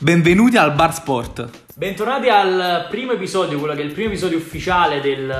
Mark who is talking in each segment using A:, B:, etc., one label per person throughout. A: Benvenuti al Bar Sport.
B: Bentornati al primo episodio, quello che è il primo episodio ufficiale del,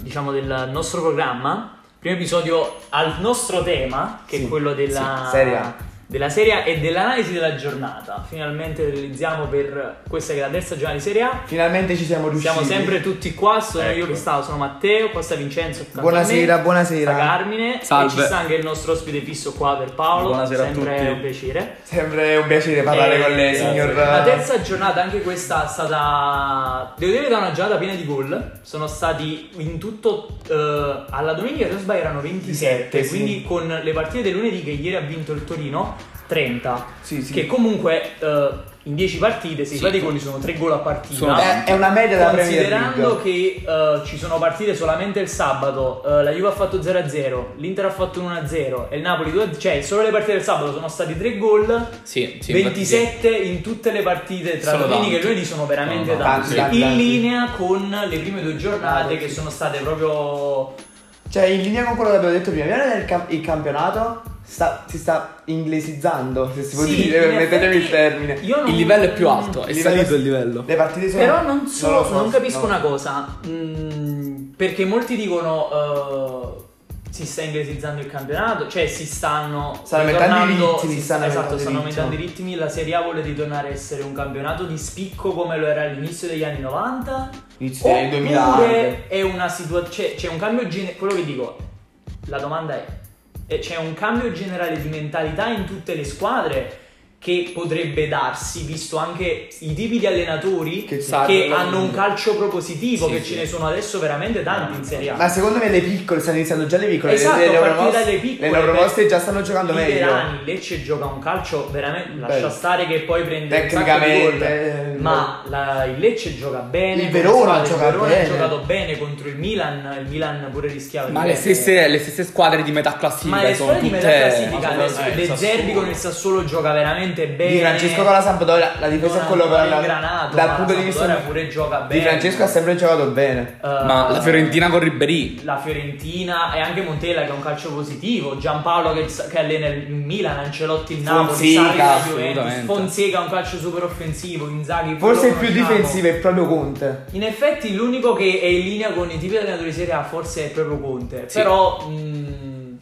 B: diciamo, del nostro programma. Primo episodio al nostro tema, che è
C: Sì,
B: quello della,
C: sì, Serie A.
B: della serie A e dell'analisi della giornata. Finalmente realizziamo per questa che è la terza giornata di Serie A.
C: Finalmente ci siamo riusciti.
B: Siamo sempre tutti qua, sono io
C: Ecco.
B: che stavo, sono Matteo, qua sta Vincenzo. accanto a me,
C: Buonasera, buonasera.
B: sta Carmine
A: Salve.
B: e ci sta anche il nostro ospite fisso qua per Paolo.
D: Buonasera a
B: sempre
D: tutti.
B: un piacere.
C: Sempre un piacere parlare
B: Eh,
C: con lei,
B: grazie.
C: signor.
B: La terza giornata, anche questa è stata. Devo dire che è una giornata piena di gol. Sono stati in tutto. eh, alla domenica, se non sbaglio, erano 27.
C: Sì.
B: Quindi con le partite del lunedì, che ieri ha vinto il Torino, 30.
C: Sì, sì.
B: Che comunque eh, in 10 partite, se i
A: Sì.
B: fai dei gol, sono 3 gol a partita.
A: Sono-
C: È, è una media della Premier
B: Considerando
C: League.
B: che eh, ci sono partite solamente il sabato, eh, la Juve ha fatto 0-0, l'Inter ha fatto 1-0 e il Napoli 2-0, cioè solo le partite del sabato sono stati 3 gol,
A: Sì, sì,
B: 27 in tutte le partite tra
A: Sono
B: domenica e
A: tanti.
B: lunedì sono veramente
A: Sono
B: tanti,
A: tanti,
C: tanti,
B: in
C: tanti.
B: linea con le prime due giornate che sono state proprio
C: Cioè, in linea con quello che abbiamo detto prima, guardate il, cam- il campionato sta- si sta inglesizzando, se si può
B: Sì,
C: dire,
B: in effetti
C: permettetemi il termine.
B: io non-
A: Il livello è più alto, è
C: Il livello-
A: salito il livello.
C: Le partite sono
B: Però non, so,
C: lo
B: non,
C: so,
B: capisco
C: no.
B: una cosa. mm, perché molti dicono. eh, si sta inglesizzando il campionato, cioè si stanno
C: Stanno aumentando i
B: ritornando-
C: ritmi,
B: si-
C: stanno
B: esatto,
C: aumentando i
B: stanno aumentando i
C: ritmi.
B: ritmi. La Serie A vuole ritornare a essere un campionato di spicco come lo era all'inizio degli anni 90.
C: Inizio degli anni 2000 anche.
B: Oppure è una situazione. C'è, c'è un cambio generale. Quello che dico, la domanda è: eh, c'è un cambio generale di mentalità in tutte le squadre che potrebbe darsi, visto anche i tipi di allenatori
C: Che
B: che,
C: sa-
B: hanno un calcio propositivo,
A: Sì,
B: che
A: sì.
B: ce ne sono adesso veramente tanti in Serie A.
C: Ma secondo me le piccole stanno iniziando già le piccole. Cioè, le-
B: Esatto,
C: le,
B: partire
C: neopromosse-
B: dalle piccole,
C: Le neopromoste
B: beh,
C: già stanno giocando meglio.
B: Verani, Lecce gioca un calcio veramente. Lascia
C: Bello.
B: stare che poi prende
C: Tecnicamente,
B: un sacco di
C: eh,
B: gol. Ma la- il Lecce gioca bene.
C: Il
B: come
C: Verona
B: squadra,
C: gioca
B: il Verona
C: bene.
B: ha giocato bene contro il Milan. Il Milan pure rischiava
A: Ma
B: di
A: le
B: perdere.
A: stesse, le stesse squadre di metà classifica
B: Ma le
A: sono
B: squadre di
A: tutte...
B: metà classifica,
A: ma
B: le,
A: sono- eh,
B: le
A: Sassuolo.
B: Zerbi con il Sassuolo gioca veramente bene.
C: Di Francesco con la Sampdoria, la difesa
B: Non
C: è quello che
B: ancora
C: la-
B: ingranato, ma
C: dal
B: la
C: punto di vista
B: Sampdoria pure gioca
C: Di
B: bene.
C: Francesco ha sempre giocato bene.
B: Eh,
A: Ma la Fiorentina con Ribéry
B: la Fiorentina e anche Montella che è un calcio positivo, Giampaolo che, che allena il Milan, Ancelotti il Napoli,
C: Fonseca,
B: Sarri la Juventus,
A: assolutamente.
B: Fonseca è un calcio super offensivo, Inzaghi diciamo, quello
C: Forse il
B: lo
C: più
B: conosciamo.
C: difensivo è proprio Conte.
B: In effetti l'unico che è in linea con i tipi di allenatori di Serie A forse è proprio Conte,
A: Sì.
B: però mh,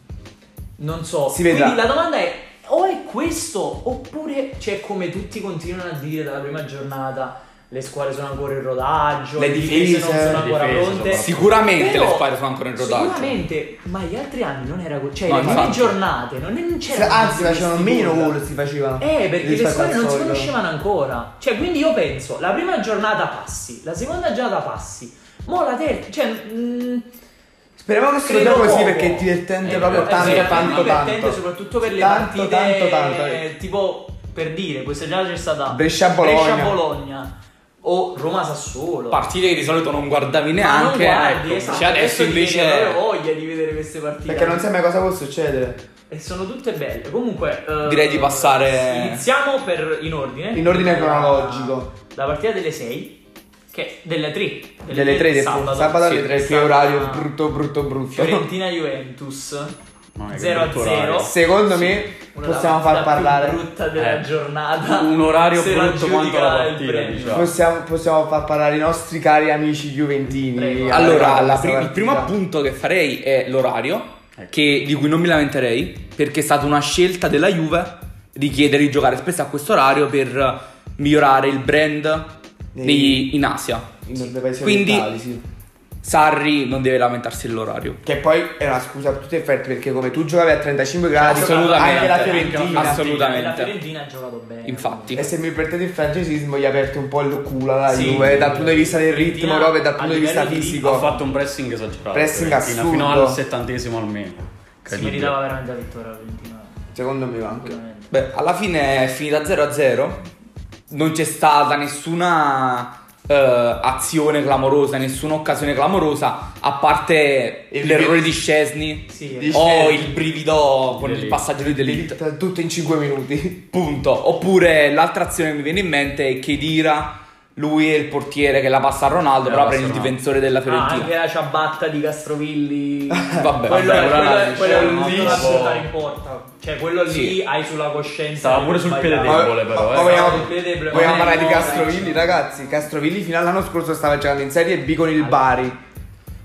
B: non so.
C: Si vedrà.
B: Quindi la domanda è o è questo oppure c'è come tutti continuano a dire dalla prima giornata le squadre sono ancora in rodaggio,
C: Le
B: difese non
C: difese,
B: sono
C: le
B: ancora
D: difese
B: pronte.
D: soprattutto.
A: Sicuramente
B: Però-
A: le squadre sono ancora in rodaggio
B: Sicuramente, ma gli altri anni non era così. Cioè,
A: No,
B: le prime
A: infatti.
B: giornate non, non
C: Se-
B: c'erano.
C: anzi,
B: tutti
C: facevano
B: Certo, questi
C: meno
B: gol.
C: gol si facevano.
B: Eh, perché le
C: Rispetto
B: squadre
C: al
B: non si
C: solito.
B: conoscevano ancora. Cioè, quindi io penso, la prima giornata passi, la seconda giornata passi, mo la terza. Cioè, mh,
C: Speriamo che sia
B: credo
C: proprio così
B: poco.
C: perché è divertente
B: Eh,
C: proprio
B: è
C: tanto,
B: veramente
C: tanto,
B: divertente,
C: tanto.
B: soprattutto per le
C: Tanto,
B: partite.
C: tanto, tanto, eh.
B: Tipo, per dire, questa giornata c'è stata
C: Brescia-Bologna.
B: Brescia-Bologna, o Roma-Sassuolo.
A: Partite che di solito non guardavi
B: Ma non
A: neanche
B: guardi,
A: ecco.
B: esatto,
A: Cioè, adesso
B: ti viene
A: invece
B: proprio voglia di vedere queste partite.
C: Perché non sai mai cosa può succedere.
B: E sono tutte belle. Comunque, eh,
A: Direi di passare-
B: Iniziamo per, in ordine.
C: In ordine
B: La-
C: cronologico.
B: La partita delle 6, che delle 3.
C: Delle 3 del sabato, sabato alle 3 che orario brutto brutto brutto.
B: Fiorentina Juventus
D: Mamma mia, che
B: 0 a
D: brutto orario.
B: 0.
C: Secondo me possiamo far parlare.
B: brutta della
D: Eh.
B: giornata.
D: Un orario
B: Se la
D: brutto quanto la
B: giudica il
D: partita,
B: premio.
D: diciamo.
C: Possiamo, possiamo far parlare i nostri cari amici juventini.
B: Prego.
A: Allora,
C: Alla
A: la
C: questa
A: pri- il primo
C: partita.
A: appunto che farei è l'orario,
B: Ecco.
A: che- di cui non mi lamenterei, perché è stata una scelta della Juve di chiedere di giocare spesso a questo orario per migliorare il brand
C: Nei-
A: nei- in Asia.
C: In dei paesi
A: Quindi-
C: orientali, sì.
A: Sarri non deve lamentarsi dell'orario.
C: Che poi è una scusa a tutti gli effetti perché come tu giocavi a 35 gradi
A: Assolutamente.
C: anche la
A: Anche
C: Fiorentina
A: la Fiorentina.
B: La
A: Assolutamente.
B: Fiorentina ha giocato bene.
A: Infatti.
C: E se mi perdete il francesismo gli ha aperto un po' il culo alla
B: Sì.
C: Juve dal punto di vista del ritmo
B: Fiorentina,
C: proprio e dal
B: a
C: punto di vista
B: livello di-
D: Ha
C: fisico.
D: fatto un pressing esagerato.
C: Pressing
D: Fiorentina, Fino
C: assurdo.
D: al settantesimo almeno.
B: Si
D: Incredibile.
B: meritava veramente la vittoria la Fiorentina.
C: Secondo me anche.
B: Sicuramente.
A: Beh, alla fine è finita 0-0. Non c'è stata nessuna eh, azione clamorosa, nessuna occasione clamorosa, a parte
C: E
A: l'errore
C: ripet-
A: di Scesni
B: Sì,
C: Di-
B: eh.
A: o il brivido con il
D: Delitto.
A: passaggio di Delitto.
C: Tutto in 5 minuti.
A: Punto. Oppure l'altra azione che mi viene in mente è Kedira lui è il portiere che la passa a Ronaldo,
D: Eh,
A: però
D: la
A: prende il
D: passa a Ronaldo.
A: difensore della
B: Ah,
A: Fiorentina.
B: anche la ciabatta di Castrovilli.
A: Vabbè, vabbè,
B: quello, è-
A: ora
B: quello
A: la
B: è-
A: dici.
B: quello è un
D: Lì
B: dito da
D: si può-
B: buttare in porta. Cioè, quello lì
A: Sì.
B: hai sulla coscienza.
D: Stava
B: di
D: pure
B: aver
D: sul piede
B: sbagliato.
C: Ma-
D: debole, però,
C: ma-
D: eh.
C: ma vogliamo,
B: Il piede-
C: vogliamo parlare di
B: no,
C: Castrovilli, ragazzi. Castrovilli fino all'anno scorso stava giocando in Serie B con il Bari.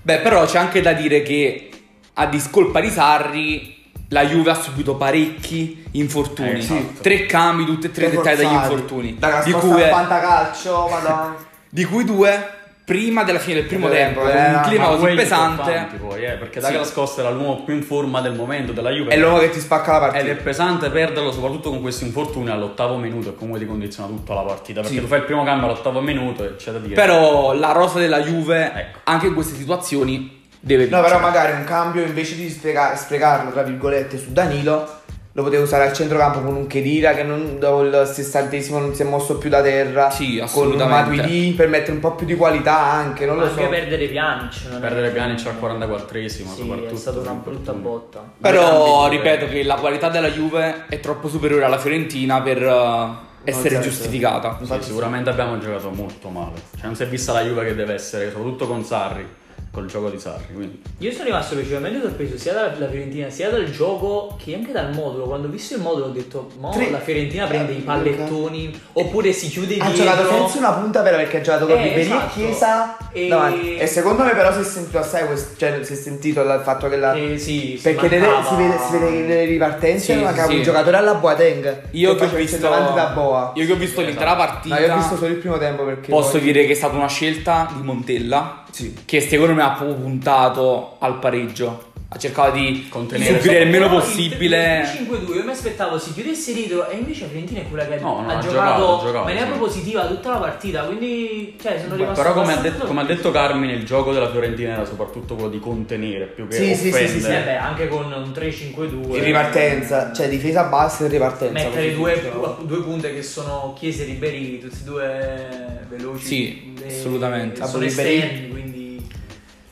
A: Beh, però c'è anche da dire che a discolpa di Sarri la Juve ha subito parecchi infortuni.
D: Eh, esatto.
A: Tre cambi, tutte e tre dettati dagli
C: Forzati.
A: infortuni.
C: Dalla
A: di,
C: scossa
A: cui,
C: al fantacalcio, madonna.
A: di cui due prima della fine del primo
C: Eh,
A: tempo,
C: eh,
A: con un
C: ma
A: clima
D: Ma
A: così
D: quelli importanti
A: pesante.
D: Poi, eh, perché
A: Sì.
D: Douglas Costa era l'uomo più in forma del momento della Juve.
C: È l'uomo che ti spacca la
D: Ed è
C: partita.
D: pesante perderlo, soprattutto con questo infortunio all'ottavo minuto, e comunque ti condiziona tutta la partita. Perché
A: Sì.
D: tu fai il primo cambio all'ottavo minuto e c'è da dire.
A: Però la rosa della Juve,
D: Ecco.
A: anche in queste situazioni, deve
C: No,
A: vincere.
C: però magari un cambio invece di spiega- sprecarlo, tra virgolette, su Danilo, lo potevi usare al centrocampo con un Chedira che non, dopo il sessantesimo non si è mosso più da terra.
A: Sì,
C: Con un
A: assolutamente.
C: Matuidi per mettere un po' più di qualità anche, non lo
B: Anche
C: so.
B: perdere Pjanic. non è-
D: Perdere Pjanic al 44esimo,
B: Sì,
D: soprattutto.
B: è stata una
D: infortunio.
B: brutta botta.
A: Però
D: Grandi due.
A: ripeto che la qualità della Juve è troppo superiore alla Fiorentina per eh, essere
C: certo.
A: giustificata.
D: Sì, sicuramente abbiamo giocato molto male. Cioè, non si è vista la Juve che deve essere, soprattutto con Sarri, col gioco di Sarri. Quindi.
B: Io sono rimasto piacevolmente sorpreso sia dalla dalla Fiorentina sia dal gioco che anche dal modulo. Quando ho visto il modulo ho detto: Mo
C: Tre-
B: la Fiorentina prende i
C: Luca.
B: pallettoni oppure si chiude
C: Ha
B: dietro.
C: giocato senza una punta vera perché ha giocato con
B: Eh,
C: Ribéry e
B: esatto.
C: Chiesa
B: E-
C: davanti. E secondo me però si è sentito assai quest- cioè si è sentito il fatto che la
B: Eh, sì, si
C: perché nelle-
B: mancava-
C: si, vede, si vede che nelle ripartenze
A: Sì,
C: mancava
A: sì,
C: un
A: sì.
C: giocatore alla Boateng
A: Io che ho
C: faceva il
A: visto
C: centravanti da Boa. Esatto.
A: Io che ho visto l'intera partita.
C: No, io ho visto solo il primo tempo perché
A: Posso
C: poi-
A: dire che è stata una scelta di Montella
C: Sì.
A: che secondo me ha proprio puntato al pareggio. Ha cercato di
D: Contenere.
A: subire il meno
B: Però
A: possibile.
B: il 5-2 io mi aspettavo si chiudesse dietro e invece la Fiorentina è quella che
D: No, no,
B: ha,
D: ha
B: giocato,
D: giocato, ha giocato,
B: maniera
D: sì.
B: propositiva tutta la partita, quindi cioè sono rimasto
D: Però come ha,
B: abbastanza
D: detto, come ha detto Carmine, il gioco della Fiorentina era soprattutto quello di contenere più che
C: Sì, sì, sì,
D: offendere.
C: sì,
B: sorpreso. Sì, beh, anche con un 3-5-2
C: in ripartenza, cioè difesa bassa e ripartenza.
B: mettere
C: così
B: due,
C: funziona.
B: due punte che sono Chiesa e Ribéry, tutti e due veloci.
A: Sì,
B: e-
A: assolutamente.
B: e Sono
C: Ah, Ribéry.
B: esterni, quindi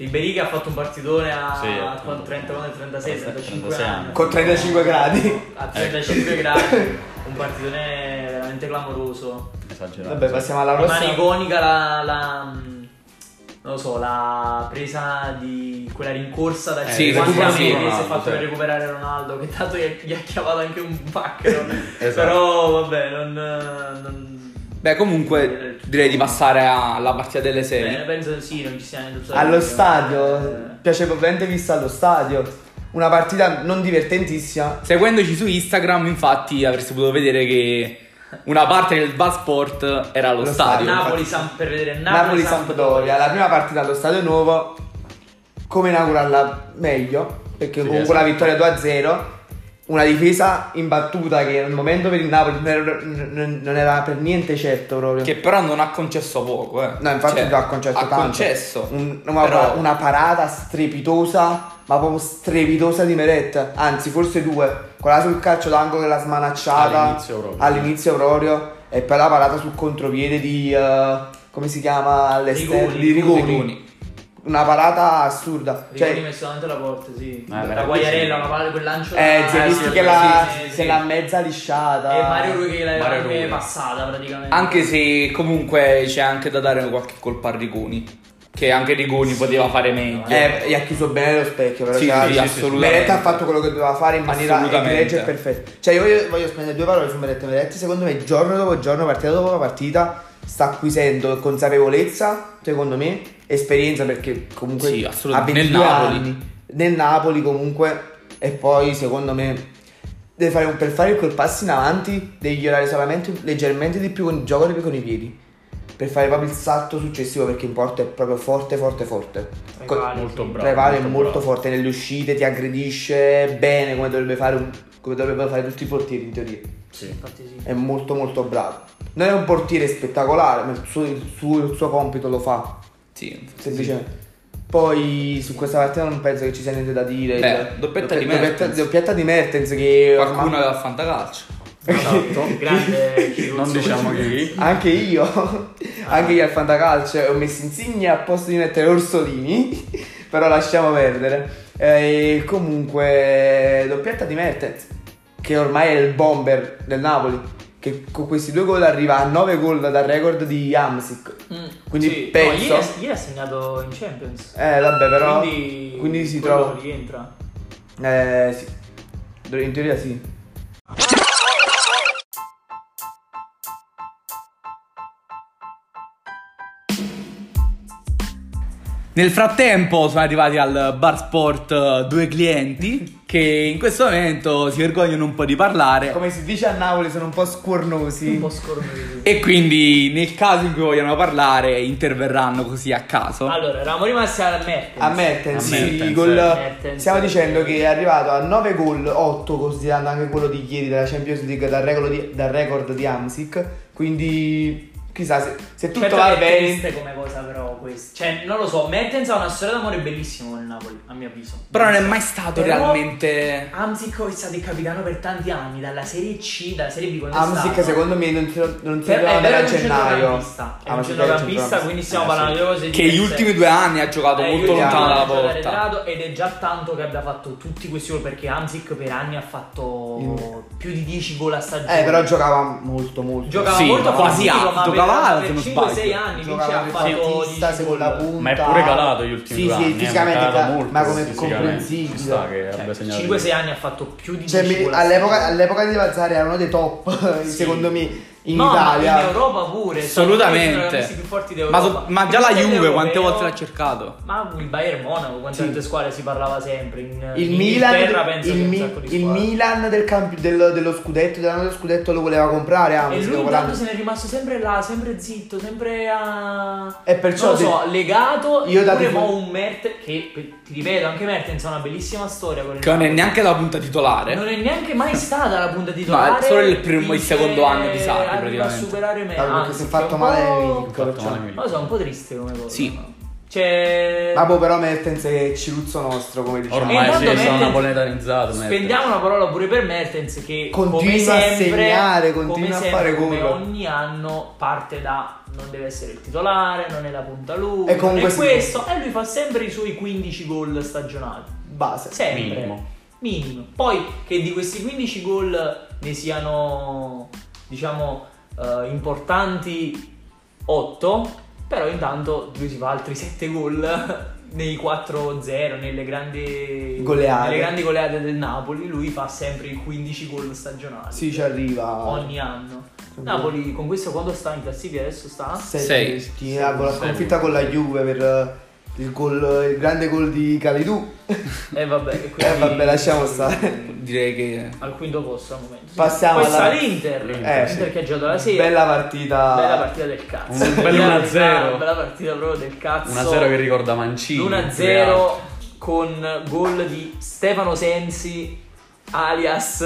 B: Ribéry che ha fatto un partitone a
D: Sì, appunto.
B: 30, 36, 35
D: 36
B: anni.
C: Con 35 gradi.
B: A 35 gradi, un partitone veramente clamoroso.
D: Esagerato.
C: Vabbè, passiamo alla
B: Rimane
C: prossima.
B: iconica la, la, mm, non lo so, la presa di quella rincorsa da
D: Eh,
A: sì,
B: quanti
A: recupero
B: anni
A: sì,
B: che si è
D: Ronaldo,
B: fatto
D: sì.
B: per recuperare Ronaldo, che tanto gli, gli ha chiavato anche un pacchero.
D: Esatto.
B: Però vabbè, non... non...
A: Beh, comunque direi di passare alla partita delle
B: Bene,
A: serie.
B: penso sì, non ci sia niente da
C: Allo
B: dire.
C: stadio,
B: Eh,
C: piacevolmente vista allo stadio. Una partita non divertentissima,
A: Seguendoci su Instagram, infatti, avreste potuto vedere che una parte del Sport era allo
C: Lo
A: stadio.
C: stadio.
B: Napoli, Sam- per vedere Napoli,
C: Napoli-Sampdoria, la prima partita allo Stadio Nuovo, come inaugurarla meglio, perché
D: Sì,
C: comunque la
D: esatto.
C: vittoria 2-0, una difesa imbattuta che al momento per il Napoli non era, n- non era per niente certo proprio.
A: Che però non ha concesso poco, eh.
C: No, infatti
A: Cioè,
C: ha concesso
A: ha
C: tanto.
A: concesso.
C: Un- una,
A: Però-
C: una parata strepitosa, ma proprio strepitosa di Meret, anzi forse due, quella sul calcio d'angolo che l'ha smanacciata
D: All'inizio proprio.
C: all'inizio proprio, e poi la parata sul contropiede di... eh, come si chiama? All'esterno?
B: Rigoni.
C: Di Rigoni.
A: Rigoni.
C: Una parata assurda.
B: Rigoni
C: Cioè,
B: messo davanti alla porta, sì. la
D: veramente
B: Guaiarella,
D: sì.
B: una palla, quel lancio
C: eh,
B: da-
C: si è visto
B: Ah, sì,
C: che l'ha,
B: sì, sì,
C: se
B: sì.
C: l'ha mezza lisciata.
B: E Mario Rui che l'aveva
D: Mario
B: anche
D: Rui.
B: passata praticamente.
A: Anche se comunque c'è anche da dare qualche colpa a Rigoni. Che anche Rigoni poteva fare meglio.
C: Eh, gli ha chiuso bene lo specchio, però
A: Sì,
C: cioè,
A: sì, sì, assolutamente.
C: Meret ha fatto quello che doveva fare in maniera
A: Assolutamente.
C: egregia e perfetta. Cioè, io voglio, voglio spendere due parole su Meret. Meret, secondo me, giorno dopo giorno, partita dopo partita, sta acquisendo consapevolezza, secondo me, esperienza perché comunque
A: Sì, assolutamente.
C: ha 22
A: Nel Napoli.
C: anni. Nel Napoli comunque e poi secondo me deve fare un- per fare quel passo in avanti devi migliorare solamente leggermente di più con il gioco con i piedi per fare proprio il salto successivo perché in porta è proprio forte forte forte
B: Tra i
C: Co-
B: pali,
D: Molto
B: sì.
D: bravo.
C: tra i pali Cioè, è molto
D: bravo.
C: forte nelle uscite, ti aggredisce bene come dovrebbe fare, un- come dovrebbero fare tutti i portieri in teoria.
D: Sì.
B: Infatti sì.
C: È molto molto bravo. Non è un portiere spettacolare, ma il suo, il suo- il suo compito lo fa
A: Sì.
C: semplicemente. Poi su questa partita non penso che ci sia niente da dire.
A: Beh,
C: Cioè,
A: doppietta di
C: doppia-
A: Mertens.
C: doppietta di Mertens che
A: Qualcuno
C: ormai-
A: aveva fantacalcio.
B: Esatto. Grande
D: Non
B: Ciruzzo.
D: diciamo chi.
C: anche io, anche io al fantacalcio ho messo insigne a posto di mettere Orsolini, però lasciamo perdere. Eh, E comunque doppietta di Mertens che ormai è il bomber del Napoli. che con questi due gol arriva a 9 gol dal record di Jamsic. Quindi
B: Mm. Sì. No,
C: penso...
B: ieri, ha- ieri ha segnato in Champions.
C: Eh, vabbè, però.
B: Quindi,
C: Quindi, si
B: quello
C: trova.
B: rientra.
C: Eh, sì. Do- In teoria sì.
A: Nel frattempo sono arrivati al bar sport eh, due clienti che in questo momento si vergognano un po' di parlare
C: Come si dice a Napoli, sono un po' scornosi.
B: Un po' scornuto.
A: e quindi nel caso in cui vogliano parlare interverranno così a caso.
B: Allora, eravamo rimasti al Mertens.
C: A Mertens,
D: A Mertens,
C: sì, gol-
B: eh. Mertens.
C: stiamo dicendo che è arrivato a 9 gol, 8 considerando anche quello di ieri della Champions League dal record di, dal record di Amsic. Quindi chissà se, se tutto
B: Certo
C: va
B: che è
C: bene.
B: triste come cosa però questo. Cioè, non lo so, Mertens ha una storia d'amore bellissima con il Napoli, a mio avviso.
A: Però non è mai stato
B: Però-
A: realmente...
B: Amzico è stato il capitano per tanti anni, dalla Serie C, dalla Serie B quando è
C: Amsic
B: stato.
C: secondo me non si non si
B: Per-
C: doveva
B: Cioè, è
C: andare
B: vero
C: a
B: che è un
C: gennaio.
B: centrocampista, È
C: Ah,
B: un
C: ma si doveva
B: centrocampista, quindi stiamo
D: Eh,
B: parlando
D: sì.
B: di cose
A: Che
B: diverse.
A: gli ultimi due anni ha giocato
B: Eh, gli
A: molto
B: ultimi
A: lontano
B: anni
A: dalla
B: ha giocato
A: porta.
B: arretrato Ed è già tanto che abbia fatto tutti questi gol perché Amzic per anni ha fatto
C: Mm.
B: più di 10 gol a stagione.
C: Eh, però giocava molto molto.
B: giocava
A: Sì,
B: molto
A: quasi
B: fisico,
A: a-
B: ma
A: giocava,
B: per,
A: se non
B: per 5-6
A: sbaglio.
B: anni quindi
C: giocava
B: ha
C: per
B: fatto
C: fattista,
B: 10 gol.
C: seconda punta.
D: Ma è pure calato gli ultimi
C: Sì,
D: due
C: sì,
D: anni. eh,
C: fisicamente
D: calato
C: ca-
D: molto,
C: ma come
D: fisicamente.
C: comprensibile.
D: Ci sta che
B: Cioè,
D: abbia segnato.
B: 5-6 anni ha fatto più di 10
C: Cioè, mi-
B: gol a
C: all'epoca,
B: stagione.
C: all'epoca di Balzare era uno dei top,
B: Sì.
C: secondo me, in
B: No, ma
C: Italia.
B: in Europa pure sono uno dei
A: Assolutamente.
B: più forti
A: Ma,
B: d'Europa.
A: so- ma già la
B: Il
A: Juve
B: europeo-
A: quante volte l'ha cercato?
B: ma il Bayern Monaco quante
C: Sì.
B: altre squadre si parlava sempre in,
C: il
B: in Inghilterra
C: Milan,
B: penso
C: il,
B: che un
C: Mi-
B: sacco di
C: il
B: squadre.
C: Milan del campi- del- dello scudetto, dell'anno dello scudetto lo voleva comprare. ah, ma
B: e
C: stiamo
B: lui intanto
C: parlando-
B: se ne è rimasto sempre là, sempre zitto, sempre a...
C: E perciò
B: non lo so,
C: te-
B: legato,
C: io
B: io
C: da
B: pure
C: tifo-
B: mo un Mertens, che pe- ti ripeto, anche Mertens ha una bellissima storia con il
A: Che non è
B: Napoli.
A: neanche la punta titolare.
B: Non è neanche mai stata la punta titolare.
A: No, è solo il primo- il
B: finché
A: secondo anno di Sarri,
B: arriva
A: praticamente.
B: a superare me.
C: Ah, perché
B: anzi,
C: si è fatto
B: un
C: male
B: po'-
C: il-
D: Fatto male, Milan.
B: Non lo so, un po' triste come cosa.
A: Sì.
B: Cioè...
C: Ma boh, però Mertens è ciruzzo nostro, come diciamo.
B: E
D: Ormai
B: intanto
D: sì, è stato
B: Mertens-
D: napoletanizzato. Mertens.
B: Spendiamo una parola pure per Mertens che
C: Continua
B: come
C: a
B: sempre,
C: segnare, continua
B: come
C: a
B: sempre,
C: fare
B: come
C: gol.
B: ogni anno parte da non deve essere il titolare, non è la punta lui.
C: E comunque
B: non è
C: sì.
B: questo e lui fa sempre i suoi 15 gol stagionali.
C: Base.
B: Sempre.
D: Minimo.
B: Minimo. Poi che di questi 15 gol ne siano diciamo eh, importanti 8, però intanto lui si fa altri 7 gol nei 4-0, nelle grandi
C: Goleate.
B: nelle grandi goleate del Napoli, lui fa sempre i 15 gol stagionali.
C: Sì, certo. ci arriva.
B: Ogni anno. Napoli con questo quando sta in classifica adesso sta
A: Sei.
C: Sei. eh, Con la sconfitta con la Juve per eh, il, gol- il grande gol di Calidou.
B: E vabbè, e quindi-
C: Eh, vabbè, lasciamo stare.
A: Direi che
B: al quinto posto al momento. Sì.
C: Passiamo
B: Poi
C: alla-
B: sta l'Inter,
C: Eh,
B: l'Inter
C: sì.
B: che ha giocato la sera.
C: Bella partita.
B: Bella partita del cazzo.
D: Un bel
B: Bella partita-
D: 1-0.
B: Bella partita proprio del cazzo.
D: 1-0 che ricorda Mancini.
B: L'1-0 con gol di Stefano Sensi alias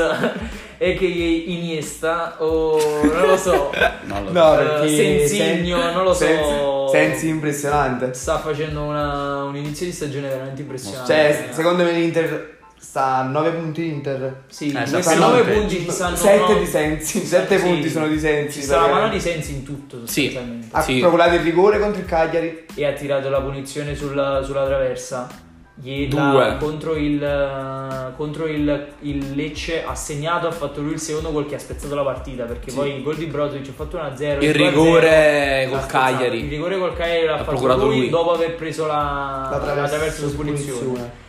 B: e che Iniesta o non lo so.
D: Non lo so.
C: No,
B: Eh,
C: perché
B: Sensigno, non lo so.
C: Sensi- Sensi impressionante.
B: Sta facendo una- un inizio di stagione veramente impressionante.
C: Cioè, secondo me l'Inter sta a 9 punti Inter.
B: sì,
D: Eh,
B: questi
D: sta-
B: 9
D: sta-
B: punti ci stanno
C: 7
B: no?
C: di Sensi, 7
B: Sì.
C: punti sono di Sensi.
B: Ci sta la
C: perché
B: mano di Sensi in tutto
A: Sì.
B: sostanzialmente.
C: Ha
A: Sì.
C: procurato il rigore contro il Cagliari.
B: e ha tirato la punizione sulla, sulla traversa. Gli-
A: Due.
B: la- contro il, eh, contro il, il Lecce ha segnato, ha fatto lui il secondo gol che ha spezzato la partita perché poi il gol di Brozovic ha fatto 1-0.
A: il
B: 2-0,
A: rigore
B: l'ha
A: col
B: spezzato. Il
A: Cagliari.
B: rigore col Cagliari l'ha
A: L'ha
B: fatto
A: procurato
B: lui,
A: lui.
B: dopo aver preso la,
C: La traversa,
B: Ah, su
C: su
B: punizione.
C: punizione.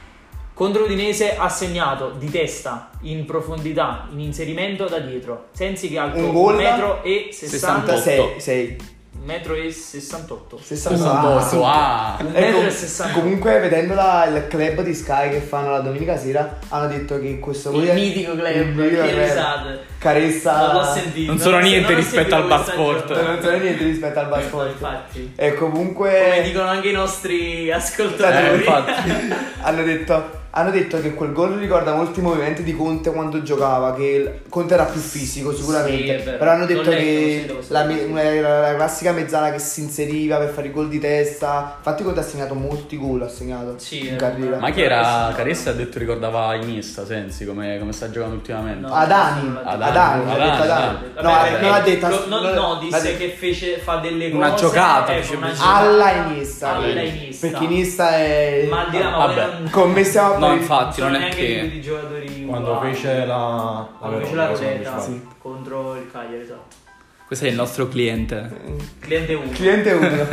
B: Contro l'Udinese ha segnato di testa, in profondità, in inserimento da dietro. Sensi che è alto
C: Un gol da
B: 1,68 1,68
C: 66, 6. Ecco,
D: 68.
C: 68.
D: Ah.
B: Un metro e
C: Ecco,
B: 60.
C: comunque vedendo la- il club di Sky che fanno la domenica sera hanno detto che questo gol
B: Il
C: è-
B: mitico club,
C: il mitico
B: che
C: club.
B: risate.
C: Caressa
B: Non l'ho sentito.
A: Non sono
B: ho-
A: niente
B: ho
A: rispetto al
B: seguito
A: Bar
B: questa
A: Sport.
B: giornata.
C: non c'era niente rispetto al Eh,
B: No,
C: Basford
B: Infatti,
C: e comunque
B: come dicono anche i nostri ascoltatori.
D: Eh, infatti.
C: hanno detto, hanno detto che quel gol ricorda molti movimenti di Conte quando giocava, che il- Conte era più fisico
B: Sì,
C: sicuramente,
B: è vero.
C: però hanno
B: L'ho
C: detto
B: letto,
C: che
B: sì, devo sapere.
C: la, me- era la classica mezzala che si inseriva per fare i gol di testa, infatti Conte ha segnato molti gol, ha segnato
B: Sì,
C: in
B: eh,
C: carriera.
D: Ma chi era? Caressa ha detto ricordava Iniesta, Sensi, come, come sta giocando ultimamente.
B: No.
C: Adani,
B: Adani,
C: Adani, Adani, ha
D: Adani,
C: detto Adani.
D: Adani.
C: No,
B: Vabbè,
C: eh, non ha detto
B: lo- no,
C: non-
B: no,
C: l'ha
B: disse
C: detto-
B: che fece, fa delle cose.
A: Una giocata,
B: ecco,
A: dice
B: una
A: così.
B: giocata
C: alla Iniesta,
B: alla
C: quindi.
B: Iniesta.
C: perché Iniesta è
B: Ma al di là, ma
D: Vabbè.
B: guarda, non-
C: con me stiamo
A: No, infatti,
B: sono
A: non è
B: neanche
A: che-
B: tutti i giocatori
E: Quando fece la...
B: quando fece la
E: Verona, se non mi
B: rodetta
E: sbaglio.
B: contro il Cagliari, esatto.
A: Questo è il nostro cliente.
B: Cliente 1.
C: Cliente 1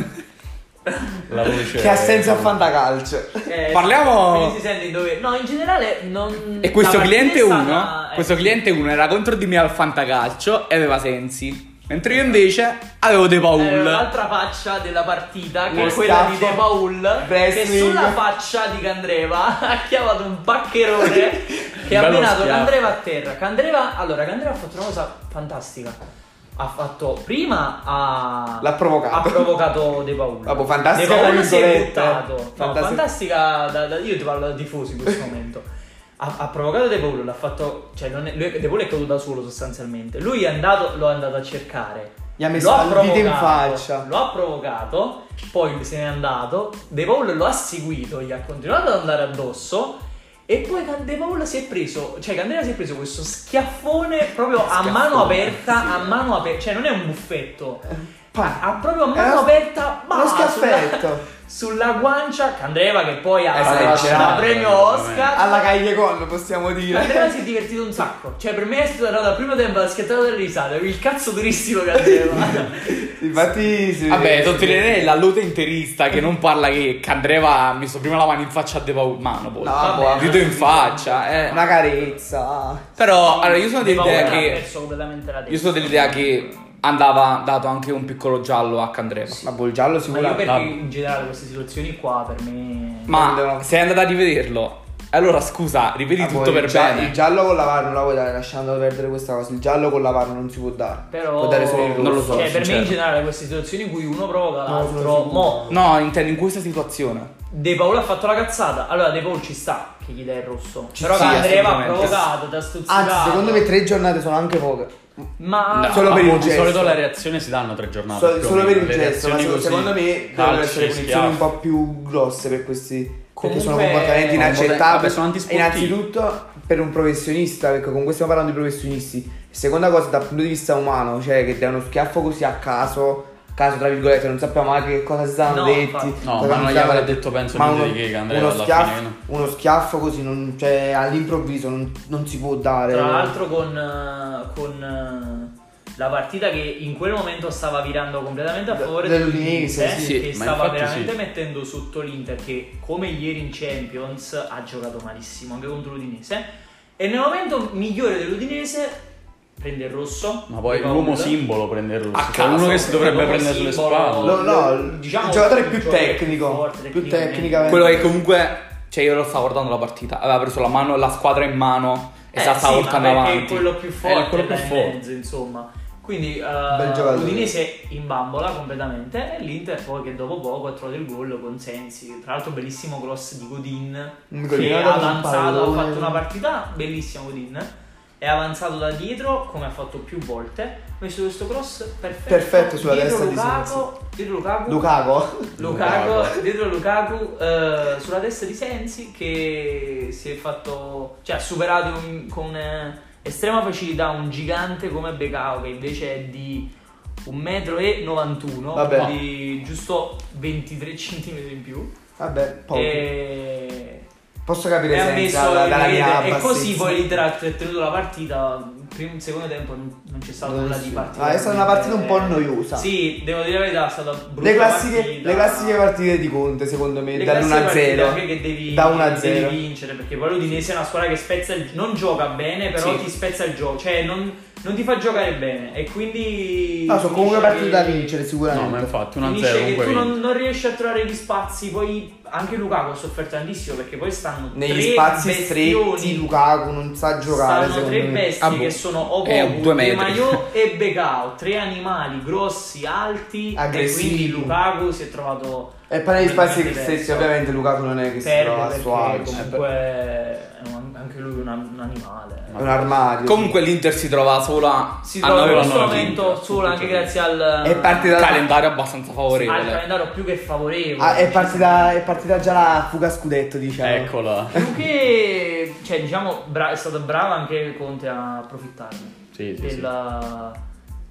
D: La voce
C: che ha senso a fantacalcio.
A: Parliamo-
B: Eh, si sente in dove... No, in generale non...
A: E questo
B: la
A: cliente
B: partita è
A: 1,
B: stata-
A: questo
B: eh,
A: cliente 1 era contro di me al fantacalcio e aveva sensi. Mentre io invece avevo dei
B: Era
A: paul.
B: l'altra faccia della partita che
C: Lo
B: è quella di
C: staffo,
B: De Paul che
C: wrestling.
B: sulla faccia di Candreva ha chiamato un paccherone che ha
D: Bello
B: menato
D: schiaffo.
B: Candreva a terra. Candreva, allora Candreva ha fatto una cosa fantastica. Ha fatto prima ha
C: L'ha provocato.
B: Ha provocato De Paul.
C: Vabbè, fantastica
B: De
C: tra
B: Paul si è
C: virgolette.
B: buttato. No,
C: Fantastica-
B: fantastica da- da- io ti parlo da tifosi in questo momento. Ha, ha provocato De Paul, l'ha fatto. Cioè, non è- lui- De Paul è caduto da solo sostanzialmente. Lui è andato, lo è andato a cercare.
C: Gli ha messo
B: Lo
C: il dito in
B: provocato,
C: faccia.
B: Lo ha provocato, poi se n'è andato. De Paul lo ha seguito, gli ha continuato ad andare addosso. E poi Can- De Paul si è preso, cioè Candela si è preso questo schiaffone proprio a
A: Schiaffone,
B: mano aperta,
A: sì.
B: a mano aperta, cioè non è un buffetto.
C: Pa-
B: Ha proprio a
C: È
B: mano
C: uno-
B: aperta,
C: uno
B: ma
C: schiaffetto.
B: Sulla, guancia, Candreva che poi ha
C: Eh, sì,
B: vinto
C: c'era-
B: da premio Oscar.
C: Alla Caglie Con possiamo dire.
B: Candreva si è divertito un sacco. Cioè, per me è stato dal primo tempo la schiattata delle risate. Il cazzo turistico Candreva.
C: Infatti, sì.
A: Vabbè, sottolineerei la lode interista che non parla che Candreva ha messo prima la mano in faccia a De Paul. Mano, poi.
C: No, boh,
A: Dito in faccia, eh.
C: una carezza.
A: Però, allora, io sono
B: De Paul
A: dell'idea
B: ha
A: che...
B: perso completamente la testa.
A: Io sono dell'idea che andava dato anche un piccolo giallo a Candreva.
C: Ma boh, il giallo
B: Ma io
C: sicuramente.
B: perché in generale queste situazioni qua per me.
A: Ma
C: Prendono-
A: sei andata a rivederlo? Allora, scusa, rivedi
C: Ah,
A: tutto
C: boh,
A: per
C: il, gia-
A: bene.
C: il giallo con la VAR non la puoi dare, lasciando perdere questa cosa. Il giallo con la VAR non si può dare.
B: Però.
C: Può dare solo il rosso.
A: Non lo so,
B: Cioè, per me in
A: sincero.
B: generale queste situazioni in cui uno provoca
C: No, sono
B: l'altro.
C: sicuro.
B: Mo,
A: No, intendo in questa situazione.
B: De Paul ha fatto la cazzata. Allora, De Paul ci sta che gli dai il rosso.
A: Ci-
B: Però
A: sì,
B: Candreva ha
A: assolutamente.
B: provocato, ti ha
C: Anzi,
B: stuzzicato.
C: secondo me tre giornate sono anche poche.
B: Ma.
A: No.
C: Solo
D: Ma
C: per il
D: appunto, Di
C: gesto.
D: solito le reazioni si danno tre giornate.
C: Solo-
D: più o
C: solo per
D: meno.
C: il
D: Le
C: gesto, ma
D: reazioni
C: secondo,
D: così,
C: secondo me dovrebbero
D: calci,
C: essere punizioni un
D: schiaffi.
C: po' più grosse per questi. Perché sono
B: Comunque-
C: comportamenti
B: Vabbè,
C: inaccettabili.
D: sono antisportivi.
C: Innanzitutto per un professionista, perché comunque stiamo parlando di professionisti. Seconda cosa, dal punto di vista umano, cioè che dai uno schiaffo così a caso, caso tra virgolette, non sappiamo mai che cosa si stanno
B: No,
C: detti.
B: infatti.
D: No,
C: cosa
D: ma non gli
C: stanno-
D: avrà detto, penso,
C: ma
D: niente
C: uno,
D: di che, che Andrea
C: uno,
D: alla
C: schiaffo,
D: fine,
C: uno schiaffo così, non- cioè, all'improvviso, non, non si può dare.
B: Tra l'altro con, eh, con, eh, la partita che in quel momento stava virando completamente a
C: De-
B: favore
C: dell'Udinese,
B: dell'Udinese,
C: sì.
B: che
D: Sì, ma
B: stava
D: infatti
B: veramente
D: sì.
B: mettendo sotto l'Inter che come ieri in Champions ha giocato malissimo anche contro l'Udinese e nel momento migliore dell'Udinese prende il rosso.
D: Ma poi
B: Di Paul.
D: l'uomo simbolo prenderlo.
A: A
D: C'è uno
A: caso,
D: che si dovrebbe
B: l'uomo
D: prendere sulle
B: simbolo.
D: spalle.
C: No, no,
B: Diciamo
C: il giocatore
B: un
C: più
B: giocatore
C: tecnico,
B: più forte
C: più
B: tecnicamente.
C: tecnicamente.
A: Quello che comunque. Cioè, io lo stavo guardando la partita. Aveva preso la mano, la squadra in mano e
B: Eh,
A: sta
B: sì,
A: stava portando
B: ma perché
A: avanti.
B: È quello più
D: È
B: forte, eh.
D: quello più
B: là in
D: forte.
B: mezzo, insomma. Quindi
C: Bel
B: eh,
C: giocatore.
B: l'Udinese in bambola completamente e l'Inter poi che dopo poco ha trovato il gol con Sensi, tra l'altro bellissimo cross di Godin
C: Mm, Godin
B: che
C: ha
B: ha
C: dato un
B: avanzato, ha
C: pallone.
B: fatto una partita bellissima Godin, è avanzato da dietro come ha fatto più volte, ha messo questo cross perfetto,
C: Perfetto sulla
B: dietro
C: testa di
B: Lukaku, dietro Lukaku,
C: Lukaku.
B: Lukaku,
D: Lukaku.
B: dietro Lukaku eh, sulla testa di Sensi che si è fatto cioè ha superato un- con eh, estrema facilità un gigante come Becao che invece è di 1,91 m
C: Vabbè.
B: quindi giusto 23 cm in più
C: Vabbè, poco.
B: Eh, e,
C: Posso
B: e
C: capire
B: ha
C: senza
B: messo
C: la- dalla
B: e-
C: mia
B: e così
C: bassezza.
B: poi l'Inter ha tenuto la partita primo secondo tempo non, non c'è stato
C: Non
B: nulla
C: sì.
B: di particolare
C: Ah, è stata una partita un po' noiosa.
B: sì devo dire la verità è stata brutta
C: le classiche,
B: partita.
C: le classiche partite di Conte, secondo me,
B: Le classiche partite anche che devi,
C: dall'1-0. Da 1
B: devi
C: 0.
B: vincere perché poi l'Udinese è una squadra che spezza il, non gioca bene però
A: Sì.
B: ti spezza il gioco cioè non, non ti fa giocare bene e quindi
C: No, sono comunque
B: finisce
C: partite da
B: che-
C: vincere
D: No, ma
C: sicuramente.
D: infatti
B: finisce
D: 1-0
B: che
D: comunque
B: tu non,
D: vince.
B: non riesci a trovare gli spazi poi anche Lukaku ha sofferto tantissimo perché poi stanno
C: Negli
B: tre
C: spazi
B: bestioni-
C: stretti Lukaku non sa giocare,
B: Stanno
C: secondo
B: tre
C: me.
B: bestie
A: Ah, boh.
B: che sono
A: Eh,
B: Opoku,
A: due
B: Di
A: metri.
B: Maio e Begao, tre animali grossi, alti,
C: Aggressivi.
B: e quindi Lukaku si è trovato
C: E poi negli spazi
B: completamente
C: stretti,
B: perso.
C: ovviamente Lukaku non è che si trova
B: perde
C: a
B: perché
C: suo agio.
B: comunque è un- anche lui è un, un animale.
C: È un armadio.
A: Comunque l'Inter si trova sola
B: Si
D: Ah,
A: a
B: trova in
A: nove
B: questo
A: punti.
B: momento solo anche grazie al,
C: è partita da...
A: Calendario abbastanza
B: al
A: favorevole.
B: calendario più che favorevole. Diciamo,
C: ah, è partita, è partita già la fuga a scudetto, diciamo.
D: Eccola.
B: Più che, cioè, diciamo, bra- è stato bravo anche Conte a approfittarne
D: Sì, sì,
B: della,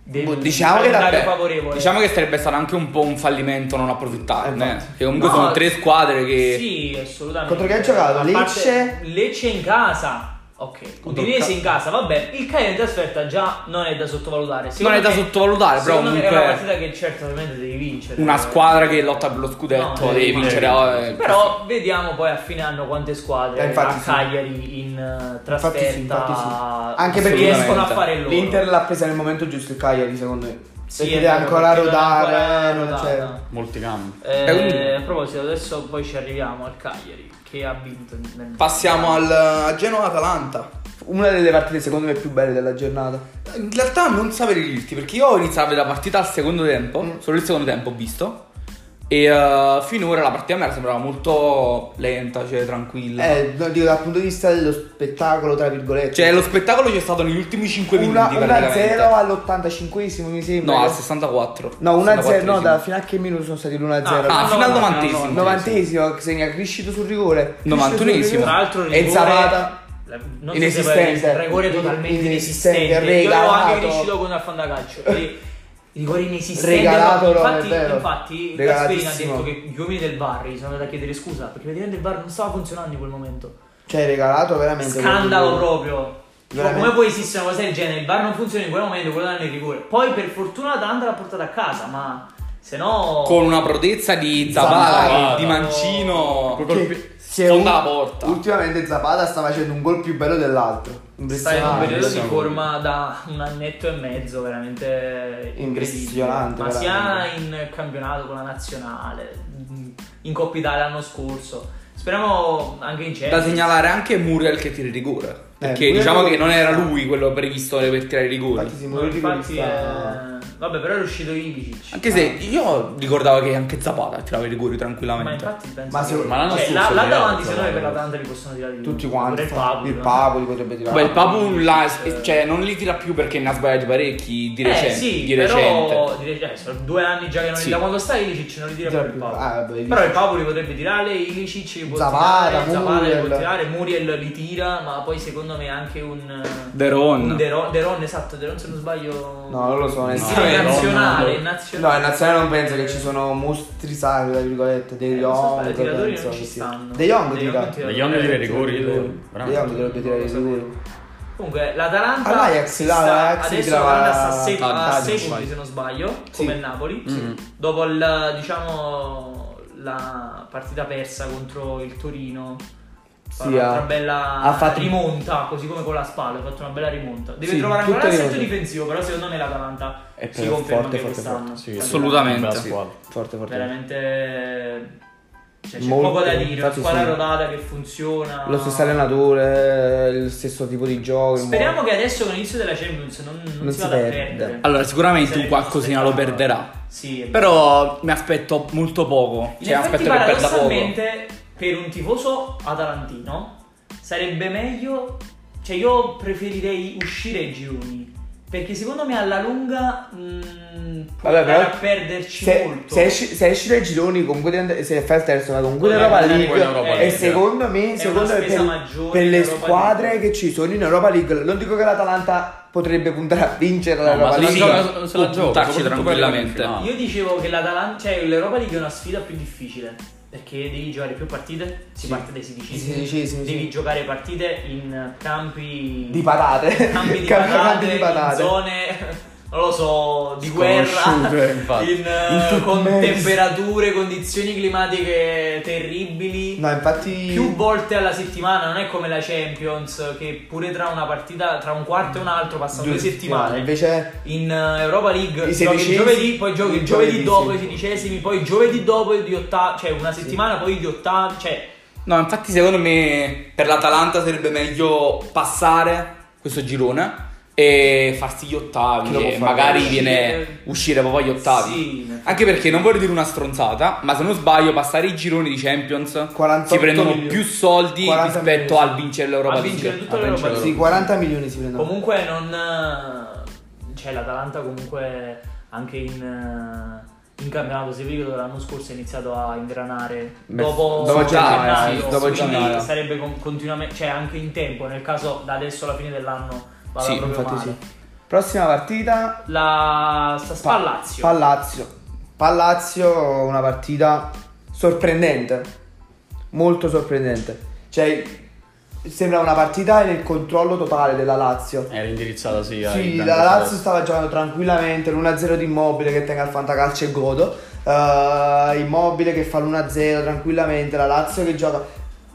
B: del
C: Boh, diciamo che la-
B: calendario
A: Beh,
B: favorevole.
A: diciamo che sarebbe stato anche un po' un fallimento non approfittarne.
C: Eh, infatti.
A: Che comunque
B: No,
A: sono tre squadre che.
B: Sì, assolutamente.
C: Contro chi ha giocato?
B: A parte
C: Lecce?
B: Lecce in casa. Ok,
D: Contro il
B: Udinese
D: Ca-
B: in casa, vabbè. Il Cagliari in trasferta già non è da sottovalutare.
A: Non
B: Secondo
A: è da
B: me-
A: sottovalutare, però
B: secondo me è una
A: comunque
B: partita che certamente devi vincere.
A: una squadra che lotta per lo scudetto
B: No,
A: deve
B: eh,
A: vincere.
D: magari.
A: eh,
B: Però vediamo poi a fine anno quante squadre
C: Eh, infatti
B: a
C: sì.
B: Cagliari in eh, trasferta
C: Infatti sì, infatti sì. Anche
B: si
C: perché
B: riescono a
A: assolutamente.
B: fare loro.
C: L'Inter l'ha presa nel momento giusto il Cagliari, secondo me.
B: Sì,
C: perché
B: è
C: deve
B: vero,
C: ancora
B: perché deve
C: rodare,
B: ancora
C: non
B: rodare.
C: c'è.
D: Molti cambi.
B: Eh,
A: È un-
B: a proposito, adesso poi ci arriviamo al Cagliari che ha vinto. nel-
A: Passiamo al a Genova-Atalanta.
C: Una delle partite secondo me più belle della giornata.
A: In realtà non saprei dirti perché io ho iniziato a vedere la partita al secondo tempo,
C: Mm.
A: solo il secondo tempo ho visto. E eh, finora la partita a me sembrava molto lenta, cioè tranquilla.
C: Eh, no, dico dal punto di vista dello spettacolo, tra virgolette.
A: Cioè, lo spettacolo c'è stato negli ultimi 5
C: Una-
A: minuti.
C: 1-0
A: praticamente.
C: all'85esimo mi sembra.
A: No, al 64.
C: No, 1-0, no,
A: 64esimo.
C: da, fino a che minuto sono stati l'1-0?
A: Ah, fino al 90esimo.
C: 90esimo, segna crescito sul rigore.
A: 91esimo.
C: Criscito sul rigore.
B: Tra l'altro, il
C: E
B: rigore-
C: Zapata.
B: la- non
C: Inesistente.
B: Si sapeva, il regore totalmente
C: Inesistente,
B: inesistente. Io ero anche
C: regalato.
B: riuscito con al fantacalcio. E il rigore inesistente.
C: Regalatolo,
B: infatti,
C: è vero.
B: infatti Gasperini ha
C: Regalatissimo.
B: detto che gli uomini del bar gli sono andati a chiedere scusa perché praticamente il bar non stava funzionando in quel momento.
C: Cioè, regalato veramente.
B: Scandalo
C: quel rigore.
B: proprio. Cioè,
C: Veramente.
B: come può esistere una cosa del genere? Il bar non funziona in quel momento, quello danno il rigore. Poi per fortuna Tanta l'ha portata a casa, ma se no.
A: Con una prodezza di
C: Zapata.
A: Zabala, di Mancino.
D: Poi
C: Che-
D: colpi-
C: si è
A: sfonda
C: un-
A: la porta.
C: Ultimamente Zapata sta facendo un gol più bello dell'altro.
B: Sta in un
C: Impressionante.
B: periodo di
D: Impressionante.
B: forma da un annetto e mezzo, veramente incredibile.
C: Impressionante,
B: Ma sia
C: veramente.
B: in campionato con la nazionale, in Coppa Italia l'anno scorso. Speriamo anche in
A: Da
B: Champions.
A: segnalare anche Muriel che tira il rigore. Perché
C: Eh, Muriel-
A: diciamo che non era lui quello previsto per tirare i rigori.
C: Infatti, sì,
B: No,
C: Mourinho
B: infatti,
C: sta-
B: eh, vabbè, però è uscito Ivicic.
A: Anche se io ricordavo che anche Zapata tirava i rigori tranquillamente.
B: Ma infatti penso
C: Ma se-
B: che-
D: ma l'anno
B: cioè, là,
D: scorso
B: là
D: era
B: davanti,
D: il
B: secondo me, per
D: Zapata.
B: la Tanta li possono tirare di
C: Tutti
B: più.
C: quanti.
B: Pure il Pablo.
C: Il Papoli potrebbe tirare.
A: Beh, il Papu la-
B: Eh.
A: cioè, non li tira più perché ne ha sbagliati parecchi di recente.
B: eh sì,
A: di
B: però
A: recente.
B: di rec- eh, sono due anni già che non
A: Sì.
B: da quando sta Ilicic non li tira
C: Già
B: più il
C: più-
B: Paolo.
C: ah, vabbè, Ilicic.
B: però il Paolo li potrebbe tirare, Ilicic li può
C: Zapata,
B: tirare, Zapata li può
C: Muriel.
B: tirare, Muriel li tira, ma poi secondo me anche un
A: Deron.
B: un Deron, Deron, esatto, Deron se non sbaglio.
C: No, non lo so, nel
B: Sì,
C: senso-
B: è
D: Deron,
B: nazionale, è
D: no.
C: No,
B: nazionale.
C: in nazionale non penso che ci sono mostri sacri, tra virgolette, De
B: Eh, non so se
C: Jong.
B: i tiratori
C: penso
B: non ci
C: che sia.
B: stanno.
C: De Jong tira.
B: non
C: De
B: tira.
D: Degli anni tira i rigori.
C: De Jong
D: Veramente.
C: dovrebbe tirare sicuro.
B: Comunque, l'Atalanta
C: All'Ajax,
B: si
C: là,
B: sta-
C: l'Ajax
B: adesso
C: tirava-
B: l'Atalanta sta a sei- a
A: Tadic,
B: 6
A: vai.
B: punti se non sbaglio,
C: Sì.
B: come il Napoli.
D: Mm.
B: Dopo il, diciamo, la partita persa contro il Torino. Fa
C: Sì,
B: un'altra
C: ha-
B: bella
C: ha fatto-
B: rimonta, così come con la spalla, ha fatto una bella rimonta. Deve
C: Sì,
B: trovare ancora
C: tutte le
B: l'assetto
C: volte.
B: difensivo, però secondo me l'Atalanta
C: È
B: si
C: però
B: conferma
C: forte,
B: anche
C: forte,
B: quest'anno.
C: forte.
D: Sì,
A: Assolutamente.
D: bella squadra.
C: Forte, forte.
B: Veramente cioè, c'è
C: Molto,
B: poco da dire, una
C: infatti
B: squadra
C: sì.
B: rodata che funziona.
C: Lo stesso allenatore, lo stesso tipo di gioco. il
B: Speriamo
C: modo.
B: che adesso con l'inizio della Champions non, non
C: Non
B: si
C: si
B: vada a
C: perde.
B: perdere.
A: Allora, sicuramente
B: Sarebbe
A: un qualcosina lo
B: aspettavo.
A: perderà.
B: Sì, è vero.
A: Però mi aspetto molto poco.
B: In
A: Cioè, mi
B: effetti,
A: aspetto che perda poco.
B: paradossalmente, per un tifoso atalantino sarebbe meglio. Cioè, io preferirei uscire ai gironi. Perché secondo me alla lunga mh, può
C: Vabbè,
B: andare
C: però-
B: a perderci
C: se,
B: molto.
C: se esci, se esci dai gironi, comunque devi andare- se fai il terzo, ma comunque
B: Non
C: l'Europa
B: è- non è-
C: League.
D: non è Europa
C: E
D: League.
C: secondo
B: È
C: me, secondo
B: una
C: me
B: spesa
C: per,
B: maggiore
C: per
B: in
C: le
B: Europa
C: squadre
B: League.
C: che ci sono in Europa League, non dico che l'Atalanta potrebbe puntare a vincere la
A: Eh,
D: No,
C: Europa
D: ma se la
A: Sì,
C: League.
A: gioca-
D: gioca- se la
A: può
D: gioca,
A: puntarci
D: soprattutto per le
A: tranquillamente.
D: finali.
B: Io dicevo che l'Atalanta, cioè l'Europa League è una sfida più difficile perché devi giocare più partite, si
C: Sì.
B: parte dai sedicesimi,
C: Dai sedicesimi, sì.
B: devi giocare partite in campi
C: Di patate.
B: campi di
C: Campi-
B: patate,
C: campi di patate.
B: in zone non lo so, di guerra,
D: Sconosciute, infatti.
B: in, eh,
C: tutto
B: con
C: mezzo.
B: temperature, condizioni climatiche terribili.
C: No, infatti.
B: Più volte alla settimana, non è come la Champions, che pure tra una partita, tra un quarto e un altro passano due settimane.
C: Invece.
B: In eh, Europa League
C: I
B: giochi il
C: sedicesimi-
B: giovedì, poi giochi il
C: il
B: giovedì,
C: giovedì,
B: dopo
C: sì.
B: i sedicesimi, poi il giovedì dopo gli ottavi, cioè una settimana poi gli ottavi, cioè
A: No, infatti, secondo me per l'Atalanta sarebbe meglio passare questo girone e farsi gli
C: Che lo può
A: ottavi. E
C: fare?
A: Eh, magari
B: Uscire-
A: viene uscire proprio agli ottavi.
B: Sì.
A: Anche perché non voglio dire una stronzata, ma se non sbaglio, passare i gironi di Champions
C: 48
A: si prendono
C: milioni.
A: più soldi
C: 40
A: rispetto
C: milioni.
A: al vincere l'Europa
B: a
A: League.
B: vincere tutta
D: a
B: l'Europa
D: vincere
B: League.
C: Sì, 40 milioni si prendono.
B: Comunque non... eh, cioè l'Atalanta comunque anche in, eh, in campionato, se vi ricordo l'anno scorso ha iniziato a ingranare
C: Beh,
B: dopo,
C: dopo gennaio,
A: sì,
C: dopo eh.
B: quindi
C: gennaio.
B: sarebbe con- continuamente, cioè anche in tempo, nel caso da adesso alla fine dell'anno vada
A: Sì,
B: proprio
C: Infatti,
B: male.
C: sì. Prossima partita.
B: La sta
C: Pa-
B: Spallazio.
C: Pallazio. Pallazio, una partita sorprendente. Molto sorprendente. Cioè, sembra una partita nel controllo totale della Lazio.
D: Era indirizzata sì, ai
C: Sì,
D: bianchi
C: la Lazio
D: celesti.
C: stava giocando tranquillamente, l'1-0 di Immobile che tenga al fantacalcio e godo, eh, Immobile che fa l'1-0 tranquillamente, la Lazio che gioca,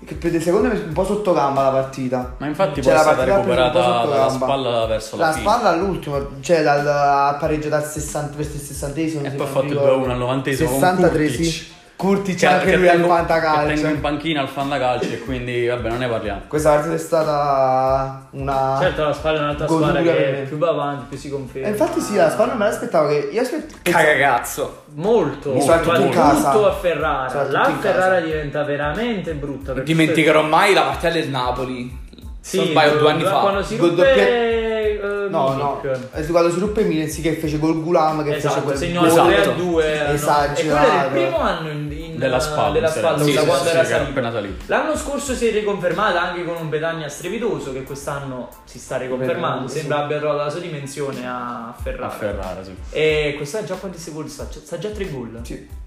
C: che prende secondo me un po' sotto gamba la partita.
D: Ma infatti
C: Cioè,
D: poi è
C: la
D: stata
C: partita ha preso un po'
D: recuperata
C: sotto
D: dalla
C: gamba.
D: spalla verso la,
C: La
D: fine.
C: spalla all'ultimo, cioè dal al pareggio dal 60 verso il 60
D: E poi ha fatto il 2-1 al 90esimo con
C: 63
D: Kurtic.
C: Curti
D: Che-
C: c'è anche
D: che
C: lui al
D: tengo- che
C: fantacalcio.
D: Tengo in panchina al fantacalcio e quindi vabbè non ne parliamo.
C: Questa partita è stata una
B: Certo, la spalla è un'altra
C: Goduria
B: squadra
C: per
B: che
C: me.
B: più va avanti, più si conferma.
C: E Eh, infatti sì, la spalla non me l'aspettavo che io aspettavo
A: Cagazzo.
B: Molto,
D: Molto,
B: soprattutto
D: in
C: casa.
B: a Ferrara.
C: Soprattutto
B: Là a
C: in
B: Ferrara
C: casa.
B: diventa veramente brutta. perché
A: Dimenticherò mai la partita del Napoli.
B: Sì, eh,
A: Se non sbaglio, due anni fa.
B: Quando si
C: Gol
B: ruppe
C: doppia-
B: eh,
C: No, no,
B: Milik.
C: è quando si ruppe Milan sì che fece col Gulam che fece
B: Esatto,
C: quel
B: segnò il
C: gol.
B: 3 a 2
C: Esagerato.
B: E quello era il primo anno in, in- eh,
D: Della spalla.
B: della
D: sì,
B: Spal,
D: sì,
B: da
D: sì,
B: quando
D: sì,
B: era
D: che era
B: salito.
D: appena salito.
B: L'anno scorso si è riconfermata anche con un Betagna strepitoso che quest'anno si sta riconfermando.
C: Beh, sì.
B: Sembra abbia trovato la sua dimensione a Ferrara.
D: A Ferrara, sì.
B: E quest'anno già quanti gol sta? Sta già 3 gol.
C: Sì.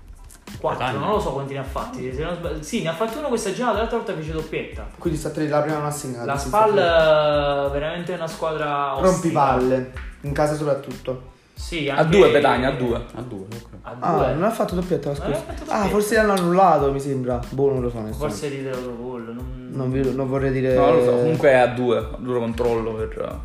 B: 4,
D: Betagna.
B: non lo so quanti ne ha fatti. se non sbaglio- Sì, ne ha fatti uno questa giornata, l'altra volta fece doppietta.
C: Quindi sta tre, la prima non ha segnato.
B: La
C: Ah, sì,
B: Spal
C: sta
B: eh, veramente è una squadra
C: tre.
B: ostile.
C: rompipalle in casa soprattutto.
B: Sì,
A: A
B: anche-
A: due, Betagna, a due.
D: A due, ok.
B: A
C: Ah,
B: due.
C: non ha fatto doppietta la
B: Non ha
C: scorsa.
B: fatto
C: Ah,
B: doppietta.
C: forse l'hanno annullato, mi sembra. Boh, non lo so. onestamente.
B: Forse di l'autogol. Non...
C: Non, vi- non vorrei dire
A: No, non lo so. Comunque è a due. A duro controllo per.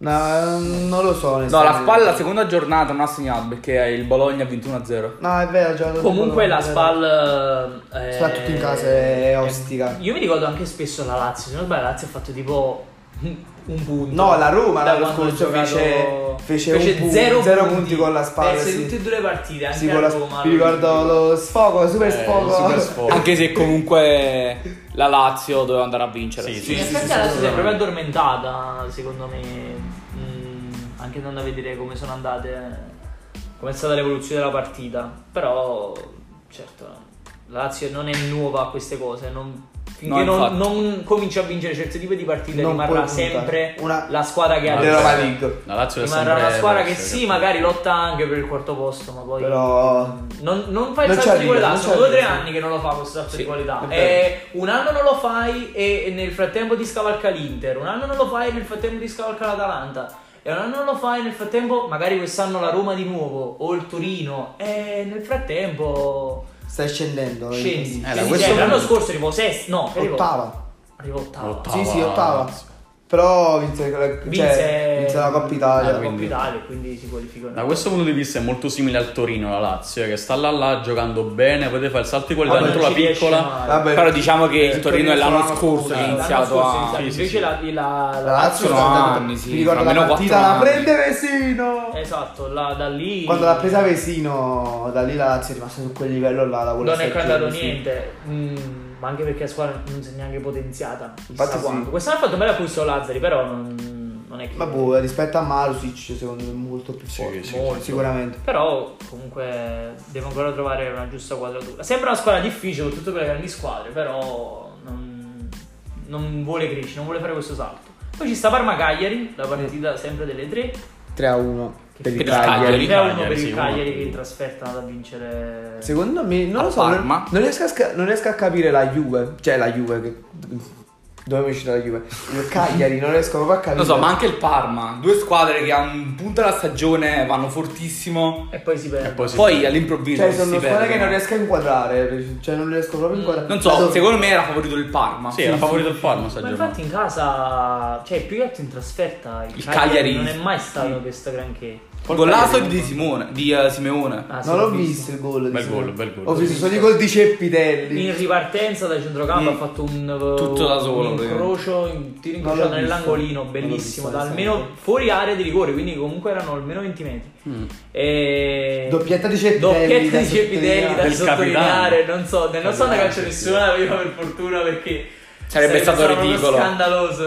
C: No, eh, non lo so.
A: No, la
C: onestamente.
A: spalla la seconda giornata non ha segnato perché il Bologna ha vinto 1-0.
C: No, è vero, ha giocato
B: Comunque
C: tutto,
B: la
C: è vero.
B: Spal eh,
C: Soprattutto in casa è ostica.
B: Io mi ricordo anche spesso la Lazio, se non sbaglio la Lazio ha fatto tipo un punto.
C: No, la Roma
B: Da
C: l'anno
B: quando ha
C: scorso
B: giocato-
C: fece- fece un punto,
B: zero,
C: zero punti con la Spal,
B: Perse
C: sì.
B: tutte e due le partite, anche
C: Sì,
B: a
C: con la-
B: Roma.
C: mi ricordo lo sfogo, super
D: Eh,
C: sfogo.
D: super sfogo.
A: Anche se comunque la Lazio doveva andare a vincere.
D: Sì,
B: Sì, in effetti la Lazio si è proprio addormentata, secondo me. Mm, anche andando a vedere come sono andate, come è stata l'evoluzione della partita. Però, certo, la Lazio non è nuova a queste cose. non-
A: No,
B: finché non,
A: infatti.
B: non cominci a vincere certi tipi di partite,
C: Non
B: rimarrà
C: puoi puntare.
B: sempre
C: Una-
B: la squadra che ha
C: L'Europa
B: adesso.
C: League.
D: La Lazio è Cioè, sempre
B: Rimarrà una squadra che
D: verso,
B: sì, magari lotta anche per il quarto posto, ma poi
C: Però-
B: non, non fai il
C: Non ci
B: salto di
C: arriva,
B: qualità.
C: non
B: Sono
C: ci
B: due o tre
C: arriva, sì.
B: anni che non lo fa questo salto di qualità.
C: è
B: E un anno non lo fai e e nel frattempo ti scavalca l'Inter, un anno non lo fai e nel frattempo ti scavalca l'Atalanta. E un anno non lo fai e nel frattempo magari quest'anno la Roma di nuovo o il Torino. E nel frattempo
C: Stai scendendo.
B: scendi.
D: da
B: Cioè,
D: questo
B: cioè, l'anno
D: punto-
B: scorso arrivò sesto, no, arrivò
C: Ottava.
B: Arrivò ottava.
D: Ottava.
C: Sì, sì,
D: Ottava.
C: ottava. Però vinse, cioè,
B: Vinse-
C: vinse la Coppa Italia.
A: Ah,
B: La Coppa
D: quindi-
B: Italia, quindi si qualificano.
D: Da questo punto di vista è molto simile al Torino la Lazio, eh, che sta là là giocando bene, potete fare il salto di qualità
C: Vabbè,
D: dentro
B: Ah, non
D: la
B: ci riesce
D: piccola.
B: mai.
C: Vabbè,
A: Però diciamo che
C: eh,
A: il Torino è l'anno scorso che ha
C: l'anno eh.
A: iniziato
B: L'anno scorso
A: a.
B: è iniziato.
D: Sì, sì,
B: Invece
D: sì.
B: la, la-
C: la Lazio
A: Sono
C: sta andando-
A: anni, sì,
C: Mi ricordo la
A: almeno quattro
C: partita la
A: anni.
C: prende Vesino.
B: Esatto, la- da lì.
C: Quando l'ha presa Vesino, da lì la Lazio è rimasta su quel livello là. Da quella
B: Non è
C: stagione,
B: cambiato
C: sì.
B: niente. Mm, ma anche perché la squadra non si è neanche potenziata. Chissà
C: Infatti sì.
B: quanto. Quest'anno ha fatto un bel acquisto Lazzari, però non, non è che.
C: Ma boh, rispetto a Marusic, secondo me è molto più
D: Sì,
C: forte.
D: sì,
B: sì.
C: Sicuramente.
B: Però comunque devo ancora trovare una giusta quadratura. Sembra una squadra difficile, soprattutto per le grandi squadre, però non, non vuole crescere, non vuole fare questo salto. Poi ci sta Parma Cagliari, la partita sempre delle tre.
C: 3 a 1 per il
A: per il
C: Cagliari.
A: Cagliari.
B: Tre a uno per
D: Cagliari,
B: il
D: sì,
B: Cagliari
D: uno.
B: che in trasferta è andato a vincere.
C: Secondo me, non
A: A
C: lo so, non,
A: Parma.
C: non riesco a sca- non riesco a capire la Juve, cioè la Juve che dove mi è uscita la Juve? Il Cagliari, non riesco proprio a capire.
A: Lo so, ma anche il Parma. Due squadre che a un punto della stagione vanno fortissimo.
B: E poi si perde.
D: E poi si
A: Poi all'improvviso.
C: cioè
A: si
C: sono squadre
A: perdono.
C: che non riesco a inquadrare, cioè non riesco proprio a inquadrare.
A: Non so,
C: Dato-
A: secondo me era favorito il Parma.
D: Sì, era favorito il Parma, sta
B: Ma
D: giornata.
B: infatti in casa, cioè più che altro in trasferta, il,
A: Il
B: Cagliari,
A: Cagliari-
B: non è mai stato questo granché.
A: Golasso di Simone, di eh, Simeone.
B: Ah, sì,
C: Non l'ho
B: l'ho
C: visto il gol. di
D: Bel
C: Simone.
D: gol, bel gol.
C: Ho visto solo i gol di Ceppitelli.
B: In ripartenza da centrocampo
A: Mm.
B: ha fatto un uh,
A: Tutto da solo,
B: un
A: praticamente.
B: incrocio, un tiro
C: Non l'ho
B: incrociato
C: visto.
B: nell'angolino,
C: Non l'ho
B: bellissimo,
C: visto,
B: da almeno
C: onestamente.
B: fuori area di rigore, quindi comunque erano almeno 20 metri.
D: Mm.
B: E...
C: Doppietta di Cepidelli
B: Doppietta
C: da
B: di Cepidelli da
D: sottolineare. Del
B: sottolineare, non so, non so da
D: Capitano,
B: calcio
D: sì,
B: nessuna prima per fortuna perché
A: Sarebbe stato
B: proprio
A: ridicolo.
B: scandaloso,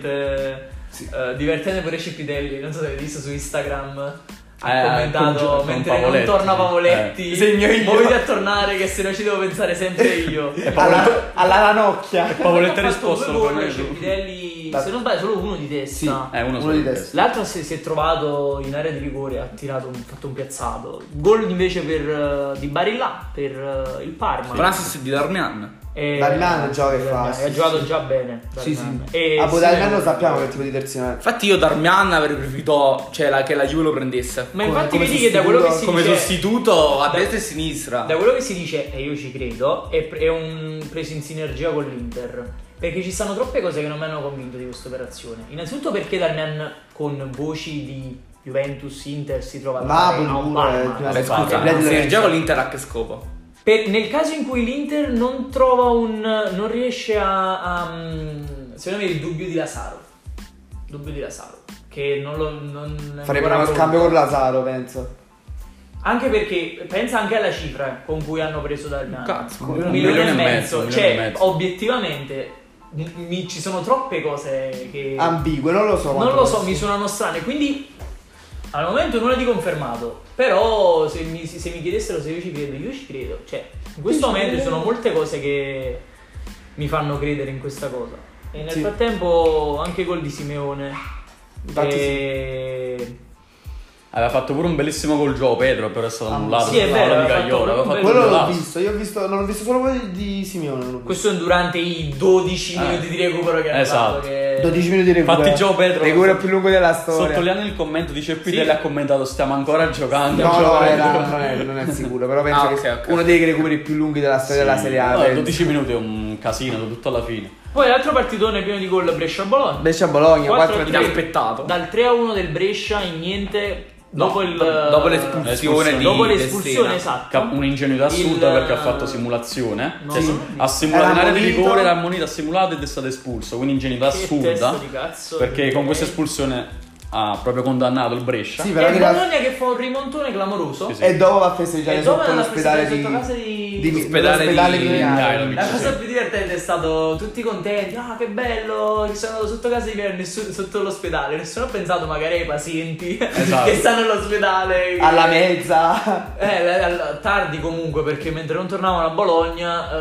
B: veramente. Eh, divertente pure Cepidelli, non so se avete visto su Instagram. Ha
D: Eh,
B: commentato
D: con- con
B: mentre non
D: Pavoletti.
B: torna Pavoletti,
C: Eh. Segno io.
B: muoviti a tornare che se no ci devo pensare sempre io.
C: alla, alla Ranocchia.
D: Paoletta ha
B: Ha fatto
D: risposto,
B: due
D: lo
B: gol,
D: conosco.
B: Cepidelli,
C: Da-
B: se non sbaglio, solo uno di testa.
D: Eh, uno
C: Uno
D: solo
C: di
D: in
C: testa.
D: testa.
B: L'altro si, si è trovato in area di rigore, ha tirato un, fatto un piazzato. Gol invece per, eh, di Barilla per eh, il Parma.
A: Con assist di Darmian.
B: E-
C: Darmian gioca che fa,
B: Darmian,
C: sì,
B: Ha giocato
C: sì.
B: già bene.
C: Sì,
B: Darmian.
C: sì.
B: E
C: A
B: sì,
C: Darmian lo sappiamo che tipo di terzino è.
A: Infatti io Darmian avrei preferito cioè, la- che la Juve lo prendesse.
B: Ma
C: Come-
B: infatti
C: come
B: vedi che da quello che si
C: sostituto-
A: Come
B: dice
A: sostituto a destra e a sinistra.
B: Da quello che si dice, e io ci credo, è, pre- è un preso in sinergia con l'Inter. Perché ci stanno troppe cose che non mi hanno convinto di questa operazione. Innanzitutto perché Darmian con voci di Juventus, Inter si trova a
C: Napoli,
B: a un
C: pure, cioè,
B: Parma.
C: prima-
A: Vabbè, scusa,
C: Red
A: se
C: Lorenzo.
A: gioco l'Inter a che scopo?
B: Per- nel caso in cui l'Inter non trova un. non riesce a. a, mm, secondo me il dubbio di Lasaro. Dubbio di Lasaro. Che non lo. Non è ancora
C: Farebbe uno
B: pronto.
C: scambio con Lazaro, penso.
B: Anche perché pensa anche alla cifra con cui hanno preso Darmian.
A: Cazzo,
B: un,
A: un
B: milione,
D: milione
B: e mezzo.
D: un
B: cioè,
D: milione e mezzo.
B: obiettivamente mi- mi- ci sono troppe cose che
C: Ambigue, non lo so.
B: non
C: quanto
B: lo so,
C: costi.
B: mi suonano strane. Quindi al momento nulla di confermato. Però se mi, se mi chiedessero se io ci credo, io ci credo. Cioè, in questo momento ci sono molte cose che mi fanno credere in questa cosa. E nel
C: Sì.
B: frattempo anche gol di Simeone.
C: Infatti
B: che-
D: Aveva fatto pure un bellissimo gol Gio Pedro, però è stato
C: Ah,
D: annullato.
B: sì, è
D: per
B: vero,
D: fallo di
B: aveva fatto
D: Caglione, aveva
B: proprio
D: fatto
B: un
C: Quello
D: un
C: l'ho
D: golasso.
C: visto, io ho visto, non ho visto solo quello di Simeone. non l'ho visto.
B: Questo è durante i 12
D: Eh.
B: minuti di recupero che hanno
D: Esatto.
B: fatto. Che...
C: 12 minuti di recupero.
D: Infatti Gio Pedro-
C: Recupero più lungo della storia.
D: Sottolineando il commento, dice
B: Sì.
D: Pidelli ha commentato stiamo ancora giocando.
C: No, no,
D: giocando".
C: era- non, è, non è sicuro, però penso
A: Ah,
C: che
A: ok, ok.
C: uno dei recuperi più lunghi della storia della
D: Sì.
C: Serie A.
D: No,
C: penso.
D: 12 minuti è un casino, tutto alla fine.
B: Poi l'altro partitone pieno di gol Brescia-Bologna.
C: Invece a Bologna, 4
B: 4 a
C: a
B: 3.
C: 3.
A: inaspettato.
B: Dal 3 a 1 del Brescia in niente
A: No,
B: dopo, il, eh,
A: dopo l'espulsione di
B: dopo l'espulsione,
A: Tessena.
B: esatto.
D: Ca- Un'ingenuità assurda
B: Il-
D: perché ha fatto simulazione.
B: No.
D: Cioè,
B: Sì.
D: Ha simulato
C: Era
D: in area di
C: ammonito.
D: rigore, era ammonito, ha simulato ed è stato espulso. Quindi ingenuità
B: Che
D: assurda.
B: testa di cazzo.
D: Perché con questa espulsione ha proprio condannato il Brescia.
C: Sì,
B: E
C: però
B: il
C: in realtà-
B: Bologna che fa un rimontone clamoroso.
D: Sì, sì.
C: E dopo va a festeggiare
B: E dopo
C: sotto
B: era la
C: l'ospedale
B: festeggiata sotto casa
C: di,
B: di-
A: L'ospedale
C: l'ospedale
A: di-
C: di Milano.
D: Milano.
B: La cosa più divertente è stato tutti contenti, ah che bello, che sono andato sotto casa di Pier, nessuno- sotto l'ospedale, nessuno ha pensato magari ai pazienti
D: Esatto.
B: che stanno all'ospedale. che-
C: Alla mezza.
B: Eh, la- la- tardi comunque perché mentre non tornavano a Bologna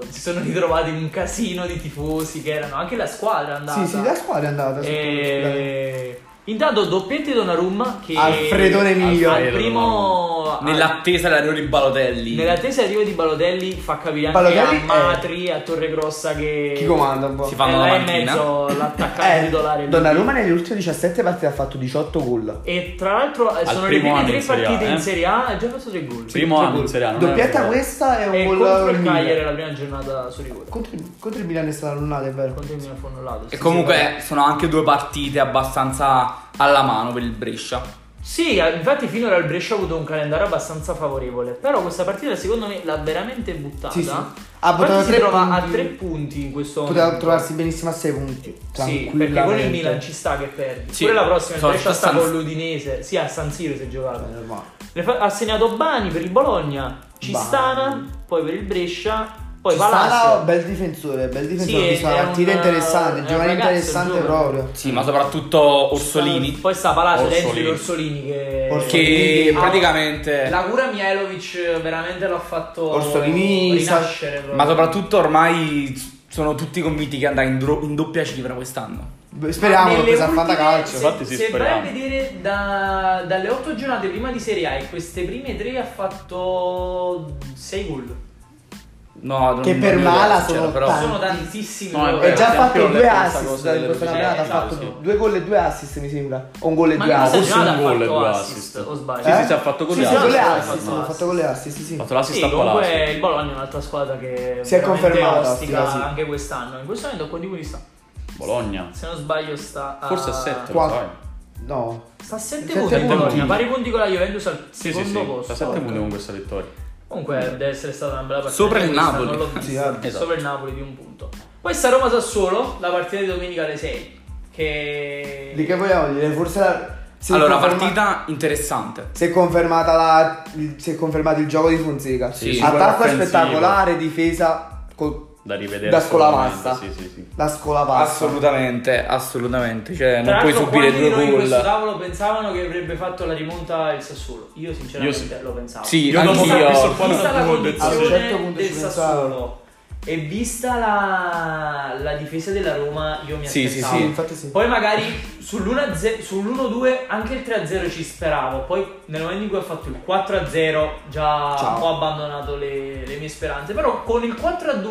B: eh, si sono ritrovati in un casino di tifosi che erano anche la squadra è andata.
C: Sì, sì, la squadra è andata sotto l'ospedale.
D: Eh,
B: E... Intanto doppiette di Donnarumma che
C: Alfredone mio.
B: al primo
A: Nell'attesa dell'arrivo di Balotelli.
B: nell'attesa di arrivo di Balotelli fa capire anche
C: Balotelli
B: a
C: è-
B: Matri a Torre Grossa che
C: Chi comanda un po'?
A: Si fa-
B: fanno
A: Fanno la
B: là in
A: mattina.
B: mezzo l'attaccante
C: Eh,
B: titolare
C: Donnarumma nelle ultime 17 partite ha fatto 18 gol.
B: e tra l'altro eh,
D: Al
B: sono le
D: primo
B: prime
D: anno
B: tre
D: in Serie A,
B: partite in
D: eh.
B: Serie A e ha già fatto tre gol
D: Primo anno in Serie A. non
C: Doppietta
D: era-
C: questa e
B: e
C: un
B: Eh, contro
C: gol
B: il
C: al
B: Cagliari
C: Milan.
B: la prima giornata su rigore
C: Contro, il- contro il Milan è stata annullata, è vero.
B: contro il Milan Fonnollato
A: E
B: sì,
A: comunque sono anche due partite abbastanza alla mano per il Brescia.
B: Sì, infatti finora il Brescia ha avuto un calendario abbastanza favorevole, però questa partita secondo me l'ha veramente buttata.
C: Sì, sì.
B: Ha
C: Ha portato
B: si
C: tre
B: trova
C: punti.
B: a tre punti in questo
C: Poteva
B: momento.
C: trovarsi benissimo a 6 punti.
B: Sì,
C: tranquillamente.
B: perché con il Milan ci sta che perdi.
A: Sì.
B: Pure la prossima il
A: Sono
B: Brescia sta
A: San-
B: con l'Udinese, sì, a San Siro si è
C: Vabbè,
B: giocato.
C: normale.
B: Le fa- ha segnato Bani per il Bologna, Cistana,
C: Bani.
B: poi per il Brescia, poi
C: Ci sta là,
B: Palacio.
C: bel difensore, bel
B: Sì,
C: difensore. Ho visto
B: è
C: una partita
B: un-
C: interessante,
B: è un
C: giovane
B: ragazzo,
C: interessante
B: giovane.
C: proprio.
A: Sì, ma soprattutto Orsolini.
B: Poi sta Palacio,
D: Orsolini.
B: Lenzi e Orsolini che
C: Orsolini
A: Che
C: che- Ah.
A: praticamente.
B: La cura Mihailovic veramente l'ha fatto
C: Orsolini,
B: rinascere. proprio.
A: Ma soprattutto ormai sono tutti convinti che andrà in, dro- in doppia cifra quest'anno.
C: Beh, Speriamo
B: Ma
C: che
B: nelle
C: presa a
B: ultime-
C: fantacalcio.
B: Se,
D: Infatti sì,
B: se vai a
D: speriamo.
B: vedere da- dalle 8 giornate prima di Serie A e queste prime tre ha fatto 6 gol.
A: No, non-
C: Che
A: non cioè,
C: per
A: ne ho idea,
C: Mala
A: sincero,
C: sono
A: però.
C: tanti.
B: Sono tantissimi
D: No, è
B: gol.
D: vero.
C: E già ha
D: Sì,
C: fatto
D: anch'io ho
C: due
D: letto questa cosa
C: assist in
D: delle
C: questa
D: velocità.
C: campionata, ha
D: Sì,
C: fatto
D: sì.
C: due gol e due assist mi sembra. O un gol e
B: Ma
C: due
B: in questa
C: assist. Eh?
D: forse giornata-
B: giornata ha
D: un gol e
B: fatto
D: due
B: assist,
D: assist.
B: o sbaglio?
D: Sì, sì, sì, ha fatto gol
C: Sì,
D: e
C: sì,
D: assist.
C: gol e
B: Ha
C: assist,
B: fatto
C: ha fatto gol e assist, sì,
D: Ha
C: sì.
D: fatto l'assist
B: Sì,
D: a Palazzo.
B: comunque il Bologna è un'altra squadra che
C: Si è
B: veramente
C: confermata,
B: ostica
C: sì, sì.
B: anche quest'anno. In questo momento a quanti punti sta?
D: Bologna.
B: Se non sbaglio sta a...
D: Forse è 7.
C: Quattro. No.
B: Sta a 7
C: Sette
B: punti il
C: punti.
B: Bologna, pari punti con la Juventus al
D: Sì, sì,
B: secondo
D: sì.
B: posto.
D: Fa 7 punti con questa vittoria.
B: Comunque deve essere stata una bella partita.
A: Sopra il
B: Questa
A: Napoli.
B: Non l'ho vista.
C: Sì, eh, vabbè.
D: Esatto.
B: Sopra il Napoli di un punto. Poi sta Roma Sassuolo, la partita di domenica alle 6. Che...
C: Di che vogliamo dire? Forse la... se
A: allora,
C: conferma-
A: partita interessante.
C: Si è, confermata la, il- si è confermato il gioco di Fonseca.
A: Sì,
C: Attacco è
D: offensivo.
C: spettacolare, difesa col-
D: Da rivedere.
C: da
D: assolutamente,
C: scolavasta.
D: Sì, sì, sì.
C: La scolavasta.
A: Assolutamente, assolutamente. Cioè, non
B: Tra
A: puoi
B: l'altro,
A: subire
B: quanti di
A: due
B: noi in questo
A: gol.
B: tavolo pensavano che avrebbe fatto la rimonta il Sassuolo? Io sinceramente
D: Io sì.
B: lo pensavo.
A: Sì,
D: Io dopo
A: anch'io.
D: questo
B: Vista la
D: Sì.
B: condizione
C: A un certo punto
B: del
C: ci pensavo.
B: Sassuolo E vista la, la difesa della Roma, io mi
A: Sì, sì,
B: aspettavo.
C: Sì, infatti sì.
B: Poi magari sull'1-0 sull'1-2 anche il 3-0 ci speravo. Poi nel momento in cui ha fatto il 4-0 già
C: Ciao.
B: ho abbandonato le, le mie speranze. Però con il 4-2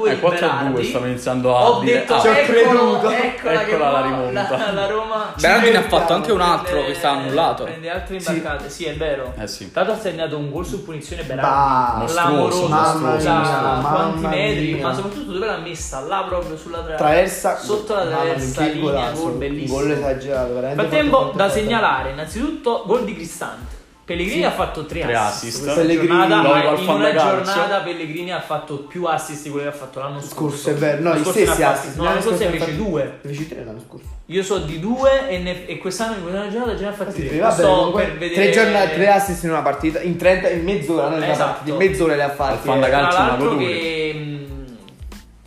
D: Eh, 4-2
B: liberati,
D: stavo iniziando a
B: ho
D: dire,
B: detto
D: ah,
C: Ci ho
B: eccolo,
C: creduto."
B: eccola, che
D: Eccola la
B: mo-
D: rimonta.
B: La, la Roma
C: Ci
A: Berardi ne ha
C: crediamo.
A: fatto anche un altro
B: prende-
A: che sta annullato.
B: Prende altre
C: Sì.
B: imbarcate, sì, è vero.
D: Eh sì.
B: Tanto ha segnato un gol su punizione
C: Bah,
B: Berardi.
D: mostruoso,
B: Clamoroso,
C: mamma
B: da
C: mia,
B: quanti
C: mamma
B: metri,
C: mia.
B: ma soprattutto dove l'ha messa? Là proprio sulla tra-
C: Traversa
B: Sotto la
C: Mamma mia,
B: traversa,
C: che
B: linea,
C: golazzo,
B: gol
C: un
B: bellissimo.
C: gol esagerato
B: Nel
C: veramente
B: frattempo
C: fatto
B: da
C: forte.
B: segnalare innanzitutto gol di Cristante. Pellegrini ha fatto tre,
D: Tre
B: assist.
D: assist.
B: Questa
C: Pellegrini,
B: giornata, ma
D: Logo al
B: in
D: fan
B: una
D: da calcio.
B: giornata Pellegrini ha fatto più assist di quelli che ha fatto l'anno scorso.
C: Scorso è vero, no,
B: L'anno
C: gli
B: scorso ne ha
C: stessi
B: fatti-
C: assist.
B: No, l'anno scorso ne
C: ne ha
B: fece
C: fatti-
B: due.
C: ne Fece tre l'anno scorso.
B: Io so di due e, ne- e quest'anno in quella giornata ce ne ha fatti
C: Sì,
B: tre.
C: vabbè,
B: Sto
C: comunque,
B: per vedere...
C: tre giornate, tre assist in una partita, in 30, in mezz'ora, non in una
B: Esatto.
C: partita, in mezz'ora le ha fatte.
D: Al Fandacalcio.
B: Tra
D: calcio,
B: l'altro
D: una goduria.
B: che mh,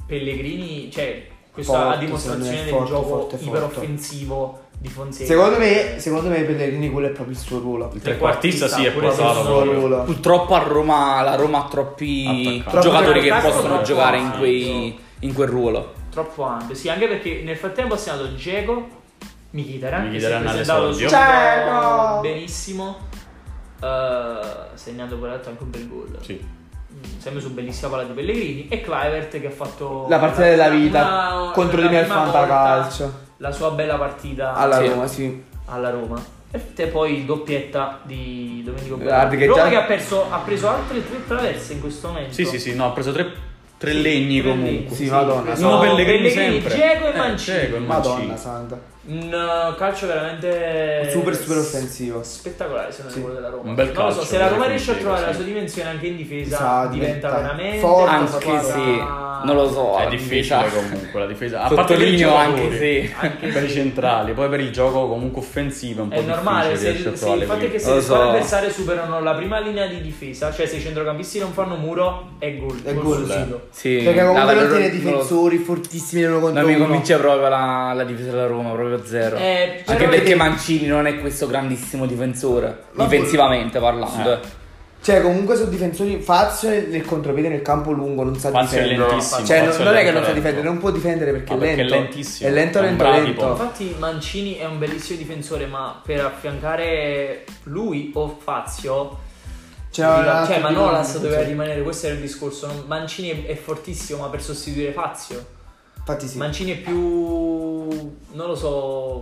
B: Pellegrini, cioè questa
C: Forte,
B: la dimostrazione
C: secondo me,
B: del
C: forte,
B: gioco
C: forte, forte.
B: iperoffensivo di Fonseca.
C: Secondo me, secondo me Pellegrini quello è proprio il suo ruolo.
D: Il trequartista sì è
B: Pure
C: Proprio il
B: Sala,
D: pesato.
C: suo
D: proprio.
C: ruolo.
A: Purtroppo a Roma, la Roma ha troppi
D: Attaccanti.
A: giocatori che
B: Attacco
A: possono
B: troppo
A: giocare in,
B: ampio.
A: quei- in quel ruolo.
B: Troppo ampio, sì, anche perché nel frattempo ha segnato Dzeko, Mkhitaryan, che si è
D: Mkhitaryan
B: presentato
D: all'esordio.
C: Dzeko!
B: subito benissimo, Eh, ha segnato per l'altro anche un bel gol.
D: Sì.
B: Mm, Sempre su bellissima palla di Pellegrini e Clivert che ha fatto
C: La partita della
B: una-
C: vita
B: una-
C: contro
B: la
C: di me al
B: prima volta
C: Fantacalcio.
B: La sua bella partita
C: Alla
A: Sì.
C: Roma, sì.
B: alla Roma. E poi doppietta di Domenico
C: Guardi
B: Berardi.
C: che
B: Roma
C: già-
B: che ha, perso, ha preso altre tre traverse in questo momento.
D: Sì, sì, sì, no, ha preso tre, tre
B: Sì,
D: legni
B: tre
D: comunque.
B: legni.
C: Sì, madonna.
D: Sono
B: No,
D: Pellegrini,
B: Pellegrini,
D: sempre.
B: Dzeko e
D: Eh,
B: Mancini.
D: Dzeko e
C: Madonna
D: Mancini.
C: santa.
B: Un eh, calcio veramente
C: Super, super offensivo.
B: Spettacolare secondo me
C: Sì.
B: quello della Roma.
D: Un bel
B: Non lo so,
D: calcio, eh,
B: se la Roma
D: quello
B: riesce a
D: di
B: trovare
D: Fonseca,
B: la
D: sì.
B: sua dimensione anche in difesa
C: Sa,
B: diventa
C: diventa
B: veramente
C: forte,
B: una
A: Anche sì,
B: squadra-
A: non lo so.
D: È
A: alla
D: difficile
A: difesa.
D: comunque la difesa. A parte per i
A: Sottolineo anche
D: giocatori,
A: se.
B: Anche
D: Per i centrali, poi per il gioco comunque offensivo è un po'
B: È normale, se,
D: difficile riesce a
B: se
D: trovare
B: il fatto è
D: quelle-
B: che se
A: Lo
B: le squadre
A: so.
B: avversarie superano la prima linea di difesa, cioè se i centrocampisti non fanno muro, è gol.
C: È
B: gol
C: gol,
B: sul
C: sì.
B: sito.
A: Sì,
C: Perché
A: la-
C: comunque
A: la-
C: non tiene
A: non lo-
C: difensori fortissimi l'uno contro
A: Non mi
C: uno.
A: convince proprio la, la difesa della Roma, proprio zero.
B: Eh, però-
A: Anche perché Mancini non è questo grandissimo difensore,
C: Ma
A: difensivamente parlando. eh.
C: Cioè, comunque sono difensori. Fazio nel nel contropiede nel campo lungo non sa
D: Fazio è
C: difendere.
D: lentissimo,
C: Cioè, non,
D: Fazio è
C: non è che
D: lento,
C: non sa
D: lento.
C: difendere, non può difendere perché
D: Ma
C: è
D: perché è
C: lento.
D: lentissimo,
C: È lento,
D: è un
C: lento,
D: bradipo.
C: lento.
B: Infatti Mancini è un bellissimo difensore, ma per affiancare lui o Fazio...
C: C'era un altro
B: cioè
C: tipo di
B: Manolas doveva
C: difensore.
B: rimanere, questo era il discorso. non- Mancini è- è fortissimo, ma per sostituire Fazio.
C: Infatti sì.
B: Mancini è più, non lo so,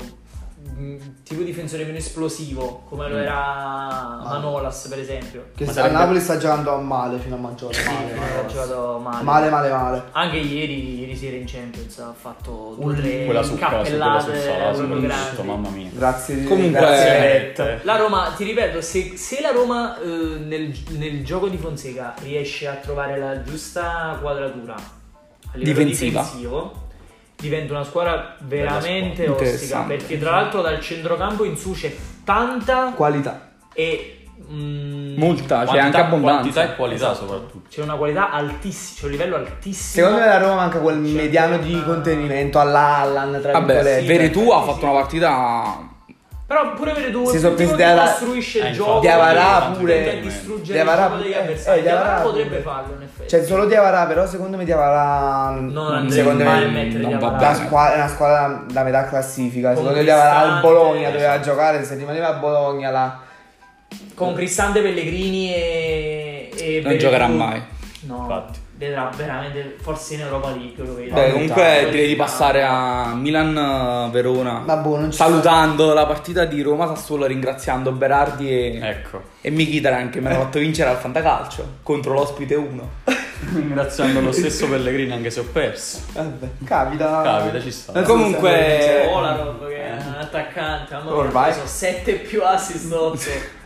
B: mh, tipo difensore meno esplosivo, come
D: Mm.
B: lo era Manolas per esempio.
C: Che
D: Ma
C: sta-
D: sarebbe-
C: a Napoli sta giocando a male fino a maggiore.
B: Male, ha giocato male.
C: Male, male, male.
B: Anche ieri, ieri sera in Champions ha fatto due
C: Un-
B: tre
D: Quella su casa, quella su
B: cappellate
D: Salah,
B: proprio
D: soprattutto,
B: grandi.
D: mamma mia.
C: Grazie di
A: Comunque-
C: grazie.
D: eh, Perfette.
B: La Roma, ti ripeto, se, se la Roma eh, nel, nel gioco di Fonseca riesce a trovare la giusta quadratura a livello
A: Difensiva.
B: difensivo, diventa una squadra veramente
A: Bella squadra.
B: ostica.
A: Interessante.
B: Perché tra l'altro dal centrocampo in su c'è tanta
C: Qualità.
B: e mm,
A: Molta, cioè anche
D: Quantità-
A: abbondanza.
D: Quantità e qualità
B: Esatto.
D: soprattutto.
B: c'è una qualità altissima, c'è un livello altissimo.
C: Secondo me la Roma manca quel
B: C'è
C: mediano
B: una-
C: di contenimento alla Allan, tra
A: Vabbè,
C: virgolette.
B: sì,
A: Veretù
B: sì,
A: ha
B: sì.
A: fatto una partita.
B: Però pure avere due
C: Si
B: tipo
C: sono presi
B: che
C: Diawara-
B: costruisce
D: Eh,
B: il
D: infatti,
B: gioco
C: Diawara
B: che
C: pure.
B: tenta di distruggere
C: Diawara
B: il gioco degli
C: pure.
B: avversari.
C: Eh, Diawara
B: Diawara potrebbe
C: pure.
B: farlo in effetti.
C: C'è Cioè, solo Diavara, però secondo me Diavara
B: non andrebbe
C: secondo
B: mai a
C: me
B: mettere
A: non va
B: Diawara.
C: la squadra, è una squadra da metà classifica. Secondo me Diavara al
B: Conquistante.
C: Bologna doveva giocare, se rimaneva a Bologna la
B: con Cristante Pellegrini e, e
A: Non giocherà mai.
B: No,
D: Infatti.
B: vedrà veramente forse in Europa League lo
A: Beh,
B: vedo.
C: Beh, Vabbè,
A: comunque
B: Poi-
A: direi di passare a Milan-Verona.
C: Ma boh, non ci
A: Salutando la partita di Roma-Sassuolo, ringraziando Berardi e,
D: Ecco.
A: e Mkhitaryan che mi hanno fatto vincere al Fantacalcio contro l'ospite 1.
D: Ringraziando lo stesso Pellegrini anche se ho perso.
C: Vabbè, Eh, capita. Eh,
D: Capita, ci sta.
C: Non so se
A: Comunque-
C: sempre
B: C'è
C: vince.
B: Kolarov che è un attaccante, mamma mia,
C: eh, Ormai.
B: ha preso 7 più assist 8.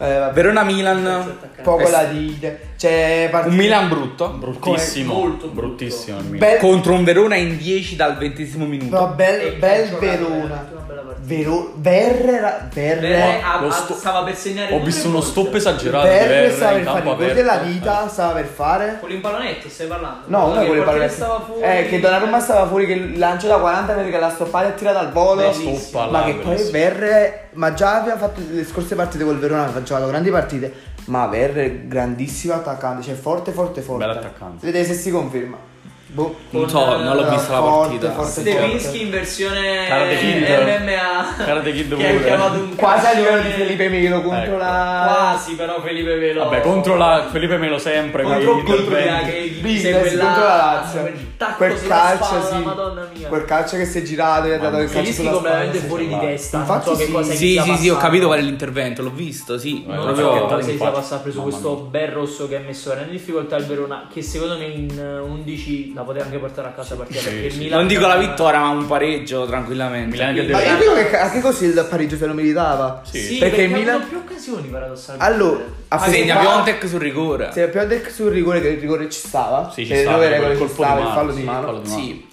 C: Eh, vabbè,
A: Verona-Milan,
C: poco
D: Eh,
C: da dire. Cioè, C'è
A: un
C: partita-
A: Milan brutto
D: Bruttissimo.
B: Come- molto brutto.
D: bruttissimo il Milan.
C: Bel-
A: contro un Verona in 10 dal ventesimo minuto.
C: Però bel, bel Verona. Vero, Verrera,
B: Verre
C: Verre,
B: ha-
D: Lo
B: ha-
D: sto-
B: stava per segnare
D: Ho
B: tutto
D: visto
B: il
D: uno
B: gol. cioè.
D: stop esagerato di
C: Verre stava
D: Verre
C: per fare
D: in campo
C: il gol della
D: aperto.
C: vita, stava per fare.
B: Con l'impallonetto stai parlando?
C: No,
B: Guarda
C: non
B: che
C: è quello
B: il portiere
C: parole.
B: stava fuori.
C: Eh, che Donnarumma stava fuori, che lancia da 40 metri, che l'ha stoppata e tirata al volo.
D: Una
B: Bellissimo.
D: stoppa là,
C: Ma che poi
D: bellissimo.
C: Verre, ma già aveva fatto le scorse partite col Verona, aveva giocato grandi partite, ma Verre è grandissimo attaccante, cioè forte, forte, forte.
D: Bel attaccante.
C: Vedete se si conferma. Boh.
A: Non so, non l'ho
C: Allora,
A: vista la
C: forte,
A: partita.
C: forte,
B: Stevinsky
C: forte.
B: in versione
D: Karate Kid.
B: MMA
D: Karate Kid
B: che ha
D: pure.
B: chiamato un
C: Quasi a livello di
B: campione-
C: Felipe Melo contro
D: Ecco.
C: la...
B: quasi però Felipe Velo
D: Vabbè, contro la Felipe Melo sempre. con
B: contro
D: gli
B: contro
D: interventi.
B: che
C: Business
B: segue là,
C: contro la Lazio.
B: quel tacco
C: Quel
B: sulla
C: calcio,
B: spalla,
C: sì.
B: madonna mia
C: Quel calcio che si è girato e ha dato il calcio
B: Stevinsky
C: sulla
B: completamente
C: spalla.
B: fuori di testa
C: Infatti
B: non so che
C: sì.
B: cosa gli
A: Sì,
B: sia
A: sì, sì, ho
B: passato.
A: capito qual è l'intervento, l'ho visto, sì.
D: Eh,
B: Non
A: proprio-
B: so che
D: Guarda,
B: cosa gli sia
D: infatti.
B: passato preso
D: Mamma
B: questo
D: mia.
B: bel rosso che ha messo era in difficoltà il Verona che secondo me in eh, 11 la poteva anche portare a casa la partita
D: sì,
B: perché il
D: sì.
B: Milan
A: Non dico la vittoria, ma un pareggio tranquillamente. ah,
D: Milan che
C: Ma
D: deve...
C: io dico che anche così il pareggio se lo meritava.
D: Sì.
B: sì,
C: perché
B: perché, il
C: il
B: Milan ha
C: Milan-
B: avuto più occasioni paradossalmente
C: Allora, a
A: Segna
C: Felipe-
A: Piontek sul rigore.
C: Se abbiamo detto sul rigore che il rigore ci stava,
D: Sì, ci
C: che le
D: stava,
C: nuove
D: quel
C: regole ci
D: colpo di
C: stava, il
D: mano,
C: fallo
D: sì,
C: di
D: il
C: mano.
D: fallo di
A: Sì.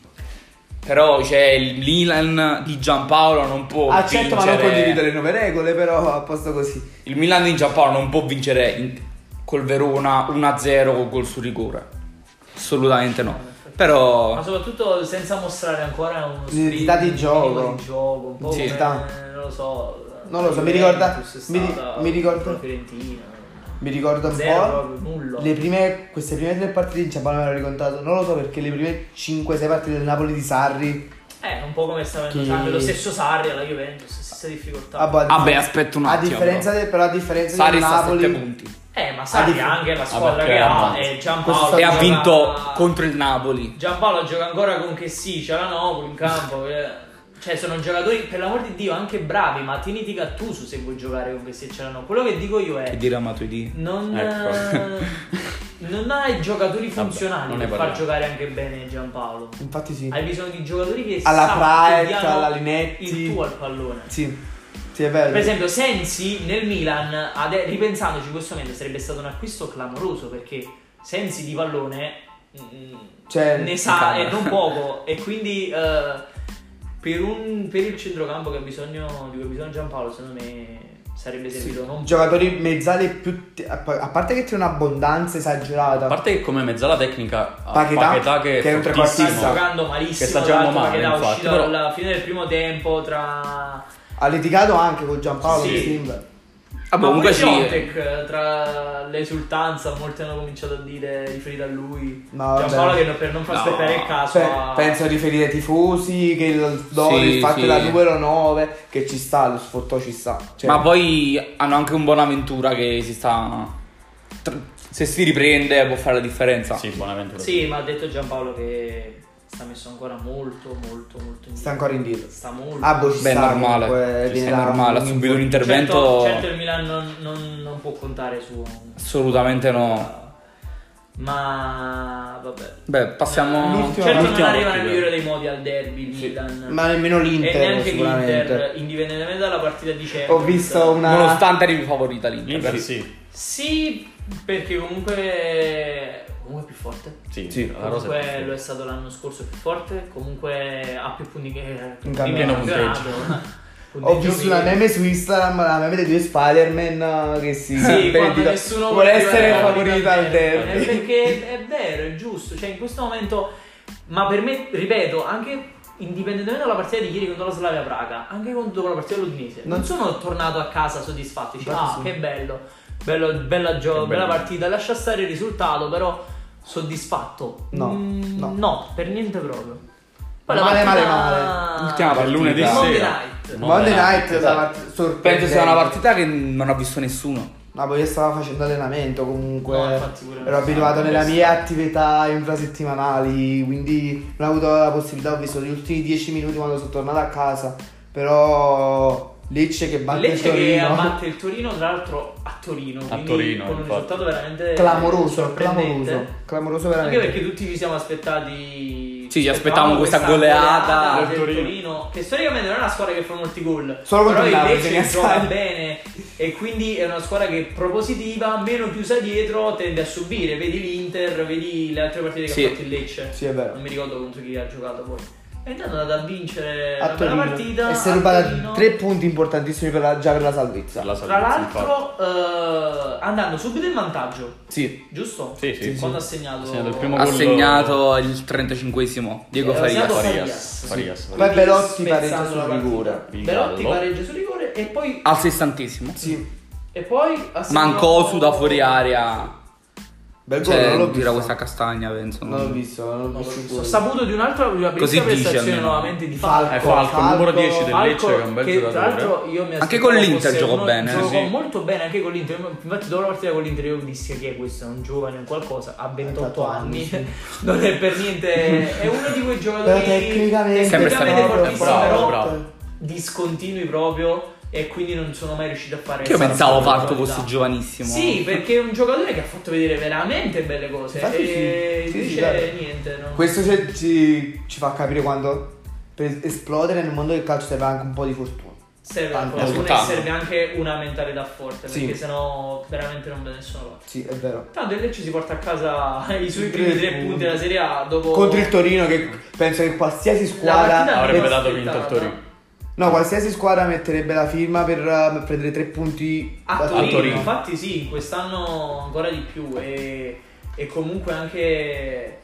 A: Però c'è il Milan di Giampaolo non può
C: Ah, certo, ma non
A: vincere-
C: condivido le nuove regole, però a posto così.
A: Il Milan di Giampaolo non può vincere in- col Verona 1-0 col gol sul rigore. Assolutamente no.
B: ma
A: Però
B: soprattutto senza mostrare ancora uno
C: L'identità
B: spirito,
C: di
B: un
C: gioco.
B: minimo di gioco un po'
A: Sì.
B: come, non lo so
C: Non lo so,
B: Juventus
C: mi ricorda-
B: è
C: mi ri-
B: stata
C: mi ricorda-
B: la Fiorentina
C: Mi ricordo un
B: Zero,
C: po'.
B: proprio, nullo.
C: Le prime, queste prime tre partite di Giappone me l'ho ricontato, non lo so perché le prime 5-6 partite del Napoli di Sarri.
B: eh un po' come stava
C: Chi- Ah, boh.
B: andando lo stesso Sarri alla Juventus stessa difficoltà
C: Vabbè, a
A: vabbè,
C: differen-
A: aspetta un
C: a
A: attimo.
C: differenza del, però a differenza
A: Sarri
C: del
A: sta a 7
C: Napoli,
A: punti.
B: Eh, ma Sarri
C: Ah, dif-
B: anche la squadra
D: perché
B: che ha
D: avanti.
B: è Giampaolo.
C: Questo
A: E ha
B: gioca-
A: vinto contro il Napoli.
B: Giampaolo gioca ancora con che sì, c'è la Novo in campo. eh. Cioè, sono giocatori, per l'amor di Dio, anche bravi, ma tieniti Gattuso se vuoi giocare con che sì, c'è la Novo. Quello che dico io
A: Che
B: è...
A: dire Matuidi.
B: Non,
D: Ecco.
B: eh, non hai giocatori funzionali
D: non ne
B: per far
D: parliamo.
B: giocare anche bene Giampaolo.
C: infatti sì.
B: Hai bisogno di giocatori che
C: Alla
B: sappiano
C: Praet, alla Linetti.
B: il tuo al pallone.
C: Sì, sì, è vero.
B: Per esempio, Sensi nel Milan, ade- ripensandoci in questo momento, sarebbe stato un acquisto clamoroso perché Sensi di pallone mm,
C: Cioè,
B: ne
C: in
B: sa
C: camera.
B: e non poco. e quindi, eh, per, un- per il centrocampo che ha bisogno, di cui ha bisogno Giampaolo, secondo me sarebbe servito non
C: Giocatori mezzali più. te- a a parte che c'è un'abbondanza esagerata.
D: A parte che come mezzala tecnica ha
C: Paquetà,
D: Paquetà che,
C: che è un
B: Sta
D: fortissimo.
C: trequartista.
B: giocando malissimo.
D: Che sta giocando
B: tra l'altro,
D: male,
B: perché era
D: infatti,
B: uscito
D: però-
B: alla fine del primo tempo tra.
C: Ha litigato anche con Giampaolo
B: Sì.
C: mi sembra. Ah,
A: Vabbè,
B: Ma
A: Ah, comunque
B: pure
A: sì.
B: Piontek, tra l'esultanza, molti hanno cominciato a dire riferita a lui.
C: No,
B: Giampaolo
C: vabbè.
B: che per non far
A: No,
B: aspettare il caso.
C: Cioè,
B: ha-
C: penso a riferire ai tifosi, che il, no,
A: Sì,
C: il fatto
A: sì.
C: da numero 9, che ci sta, lo sfottò ci sta. Cioè,
A: Ma poi hanno anche un Buonaventura che si sta tr- se si riprende può fare la differenza.
D: Sì, buonamente.
B: Sì, ma ha detto Giampaolo che sta messo ancora molto, molto, molto indietro.
C: Sta ancora indietro.
B: Sta molto.
C: Ah, boh, ci
A: Beh, è
C: sta,
A: normale.
C: comunque,
A: Ci
C: viene
A: sta,
C: da
A: è normale, ha
C: un-
A: subito un
B: certo,
A: intervento
B: certo il Milan non, non- non può contare su.
A: assolutamente no.
B: Ma vabbè.
A: Beh, passiamo
C: L'ultimo-
B: certo non
D: l'ultima
B: arriva nel
D: partita.
B: migliore dei modi al derby Milan.
C: Ma nemmeno
B: e
C: l'Inter,
B: neanche
C: sicuramente.
B: l'Inter, indipendentemente dalla partita di Champions.
C: Ho visto una.
A: nonostante arrivi favorita l'Inter.
D: L'Inter
A: Sì.
D: sì.
B: Sì, perché comunque comunque è più forte.
D: Sì,
C: Sì,
D: la rosa è
B: Comunque
D: perfetta.
B: lo è stato l'anno scorso più forte, comunque ha più punti che
C: In
B: primi
C: campionato. Ho visto una meme su Instagram, la meme dei due Spider-Man eh, che si
B: Sì,
C: per
B: quando
C: dire,
B: nessuno
C: vuole essere
B: arrivare
C: favorita al
B: Eh,
C: derby.
B: Perché è vero, è giusto. Cioè, in questo momento, ma per me, ripeto, anche indipendentemente dalla partita di ieri contro la Slavia Praga, anche contro la partita dell'Udinese, non sono tornato a casa soddisfatto. Dici,
C: Infatti
B: ah,
C: sì.
B: che bello, bello- bella, gio-
D: Che bello."
B: bella partita. Lascia stare il risultato, però soddisfatto.
C: No,
B: Mm,
C: no.
B: per niente proprio.
C: Male, male, male.
A: Ultima
D: Per
A: partita.
D: lunedì
B: Monday
D: sera.
B: night.
C: Monday Night,
D: esatto.
C: da part- sorprendente.
A: Penso sia una partita che non ha visto nessuno.
C: Ma poi io stavo facendo allenamento comunque.
B: No, infatti pure
C: ero
B: non
C: abituato
D: stavo,
C: nelle
D: non
C: mie attività infrasettimanali, quindi non ho avuto la possibilità, ho visto gli ultimi 10 minuti quando sono tornato a casa. Però Lecce che batte
B: Lecce
C: il
B: che
C: Torino.
B: batte il Torino, tra l'altro a Torino, quindi
D: Torino,
B: con un
D: infatti.
B: risultato veramente
C: Clamoroso,
B: sorprendente.
C: clamoroso, clamoroso
B: Anche
C: veramente.
B: perché tutti ci siamo aspettati
A: Sì, ci aspettavamo questa goleata
B: goleata
D: del
B: del Torino.
D: Torino.
B: che storicamente non è una squadra che fa molti gol,
C: Solo contro
B: però
C: il
B: il
C: Napoli,
B: Lecce
C: bisogna
B: gioca
C: stare.
B: bene e quindi è una squadra che è propositiva, meno chiusa dietro, tende a subire, vedi l'Inter, vedi le altre partite che
A: Sì.
B: ha fatto il Lecce.
C: Sì, è vero.
B: Non mi ricordo contro chi ha giocato poi. E intanto è andata a vincere
C: a
B: una bella
C: Torino.
B: partita
C: e si è
B: a
C: rubata
B: Torino.
C: tre punti importantissimi per la- già per la salvezza.
D: La
B: Tra
D: salvezza, infatti.
B: l'altro, eh, andando subito in vantaggio,
A: Sì.
B: giusto?
D: Sì, sì.
B: Quando ha segnato,
D: Ha segnato il primo
A: Ha
D: Quello-
A: segnato il 35esimo Diego
B: Eh, ha segnato
A: Farias.
B: Farias.
D: Farias. Farias.
C: Poi Belotti
B: Spezzando
C: pareggia sul
B: la partita.
C: rigore.
D: Il
B: Belotti
D: Gallo.
B: pareggia sul rigore e poi.
A: Al 60esimo.
C: Sì.
B: E poi ha segnato-
A: Mancò su da fuori area.
C: Bel gol,
A: Cioè,
C: non l'ho
A: tira
C: visto.
A: questa castagna, penso.
C: Non l'ho visto, non l'ho
B: No,
C: visto. il
B: Ho
C: gol.
B: saputo di un'altra di una bellissima
A: Così dice
B: prestazione
A: almeno.
B: nuovamente di Falco.
D: È Eh, Falco,
C: Falco,
D: numero 10 del
B: Falco,
D: Lecce, che è un bel
B: che tra
D: giocatore.
B: l'altro io mi
A: Anche
B: aspettavo
A: con l'Inter
B: fosse
A: giocò
B: uno-
A: bene, eh,
B: Giocò
D: sì.
B: molto bene anche con l'Inter. Infatti, dopo la partita con l'Inter, io dissi chi è questo? È un giovane, un qualcosa. Ha 28 anni.
C: sì.
B: non è per niente. È uno di quei
C: Però
B: giocatori.
C: tecnicamente,
A: Sempre
B: tecnicamente
A: stato-
B: fortissimo,
D: Bravo,
B: però
D: bravo.
B: discontinui proprio. E quindi non sono mai riuscito a fare.
A: Che io pensavo Falco
B: qualità.
A: fosse giovanissimo.
B: Sì, perché è un giocatore che ha fatto vedere veramente belle cose.
C: Infatti
B: e
C: sì. Sì, sì,
B: dice
C: dai.
B: niente. No?
C: Questo ci, ci- ci fa capire quanto per esplodere nel mondo del calcio serve anche un po' di fortuna.
B: Serve
C: Tanto.
B: qualcosa, e
A: Tanto.
B: serve anche una mentalità forte,
C: Sì.
B: perché sennò veramente non va da nessuna parte.
C: Sì, è vero.
B: Tanto il Lecce si porta a casa i suoi
C: I
B: primi
C: tre
B: tre
C: punti.
B: punti della Serie A dopo...
C: Contro il Torino che penso che qualsiasi
B: partita-
C: squadra
D: Avrebbe
B: Eh,
D: dato
B: sì,
D: vinto il
B: tanto.
D: Torino.
C: No, qualsiasi squadra metterebbe la firma per eh, prendere tre punti
B: a
C: da
B: Torino.
D: Torino.
B: Infatti sì, quest'anno ancora di più e, e comunque anche,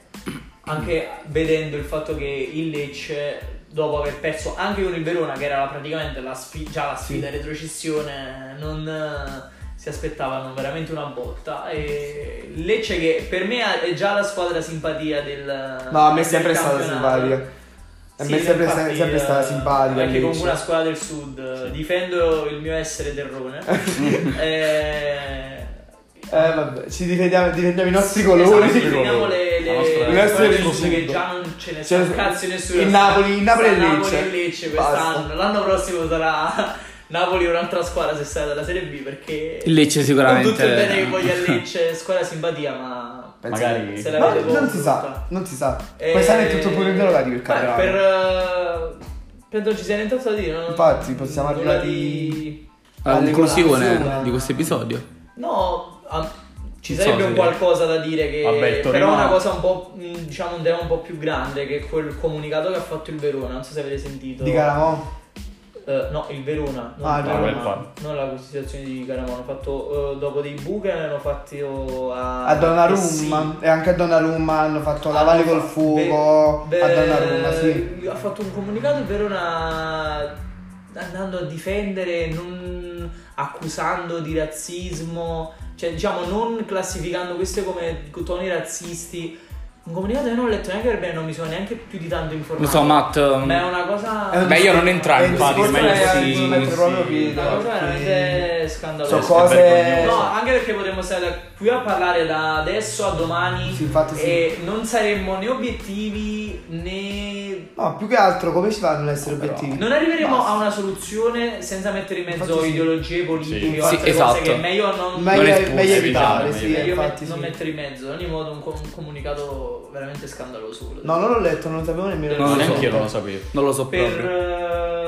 B: anche vedendo il fatto che il Lecce dopo aver perso anche con il Verona che era la- praticamente la sfi- già la sfida retrocessione non eh, si aspettavano veramente una botta e il Lecce che per me ha- è già la squadra simpatia del
C: No, a me è sempre
B: del
C: stata
B: campionato.
C: simpatica. A
B: Sì,
C: me è sempre,
B: infatti,
C: sta- sempre stata
B: eh,
C: simpatica.
B: Anche con
C: Lecce.
B: una squadra del sud. Difendo il mio essere terrone. eh,
C: Eh, vabbè, ci difendiamo, difendiamo i nostri
B: esatto,
C: colori.
B: difendiamo le,
D: La nostra-
B: le, le
D: il
C: nostro
B: squadre del
C: sud.
B: sud che già non ce ne
C: Cioè,
B: sono un cazzo di nessuno.
C: il Napoli- il Napoli
B: Sta
C: e il
B: Napoli
C: Lecce.
B: e Lecce
C: Basta.
B: quest'anno. L'anno prossimo sarà Napoli o un'altra squadra se sarà della Serie B perché
A: Il Lecce
B: non
A: sicuramente.
B: tutto il bene che voglia il Lecce, squadra simpatia, ma
C: Penso
D: Magari-
B: se la
C: No,
B: vede
C: non si
B: brutta.
C: sa, non si sa.
B: Eh,
C: Quest'anno è tutto pure interrogativo il
B: beh,
C: campionato.
B: Per, eh, penso non ci sia nient'altro da dire. non-
C: Infatti, possiamo
B: nulla
C: arrivare
B: di-
A: Alla
C: alle
A: conclusione
C: colazioni.
A: di questo episodio.
B: No, ah, ci
A: Non so
B: sarebbe
A: se
B: un
A: dire.
B: qualcosa da dire che...
D: Vabbè, il Torino-
B: però una cosa un po'... mh, diciamo un tema un po' più grande che è quel comunicato che ha fatto il Verona, non so se avete sentito.
C: Di Caramò.
B: Eh, no, il Verona, non,
C: Ah,
B: il
C: il
B: Parma,
D: Verona.
B: non la costituzione di Caramano. Hanno fatto eh, dopo dei buchi, hanno fatto a,
C: A Donnarumma
B: Tessin.
C: e anche a Donnarumma hanno fatto la valle col fuoco.
B: Beh,
C: a
B: beh,
C: Donnarumma, sì.
B: Ha fatto un comunicato il Verona andando a difendere, non accusando di razzismo, cioè diciamo non classificando queste come toni razzisti. Un comunicato che non ho letto neanche per bene, non mi sono neanche più di tanto informato.
A: Lo so, Matt. um,
B: Ma è una cosa...
C: È un
A: Beh, io non entrai
C: È un
A: in Parma,
C: discorso
A: meglio
C: che
A: sì,
C: non mettere proprio
D: sì.
C: piede,
B: Una cosa
C: perché-
B: veramente
C: Sono
B: scandalosa.
C: cose.
B: No, anche perché potremmo stare da qui a parlare da adesso a domani
C: Sì, infatti sì.
B: e non saremmo né obiettivi né...
C: No, più che altro come si fanno ad essere obiettivi?
B: Non arriveremo
C: Basta.
B: a una soluzione senza mettere in mezzo
C: Infatti sì.
B: ideologie politiche
D: Sì.
B: o
A: Sì,
B: altre cose
A: esatto.
B: che è meglio non...
A: non
C: Meglio,
A: espulsi, diciamo,
C: meglio
D: evitare,
C: evitare,
D: meglio
C: sì,
D: evitare.
B: meglio met-
C: infatti
B: non
C: sì.
B: mettere in mezzo, in ogni modo un, com- un comunicato veramente scandaloso. quello.
C: No, non l'ho letto, non lo sapevo nemmeno.
B: Non lo so.
D: Neanche io non lo sapevo.
A: Non lo so
B: Per...
A: proprio.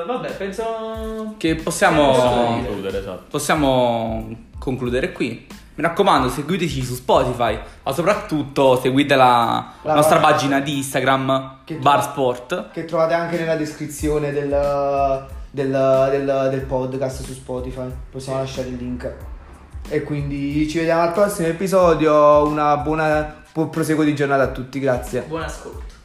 B: eh, vabbè, penso...
A: Che possiamo.
B: Possiamo
D: Concludere, esatto.
A: possiamo concludere qui. Mi raccomando, seguiteci su Spotify, ma soprattutto seguite la,
C: La
A: nostra
C: nostra-
A: pagina di Instagram
C: Che-
A: Bar Sport.
C: Che trovate anche nella descrizione del, del- del- del podcast su Spotify. Possiamo lasciare il link. E quindi ci vediamo al prossimo episodio. Una buona, buon proseguo di giornata a tutti, grazie.
B: Buon ascolto.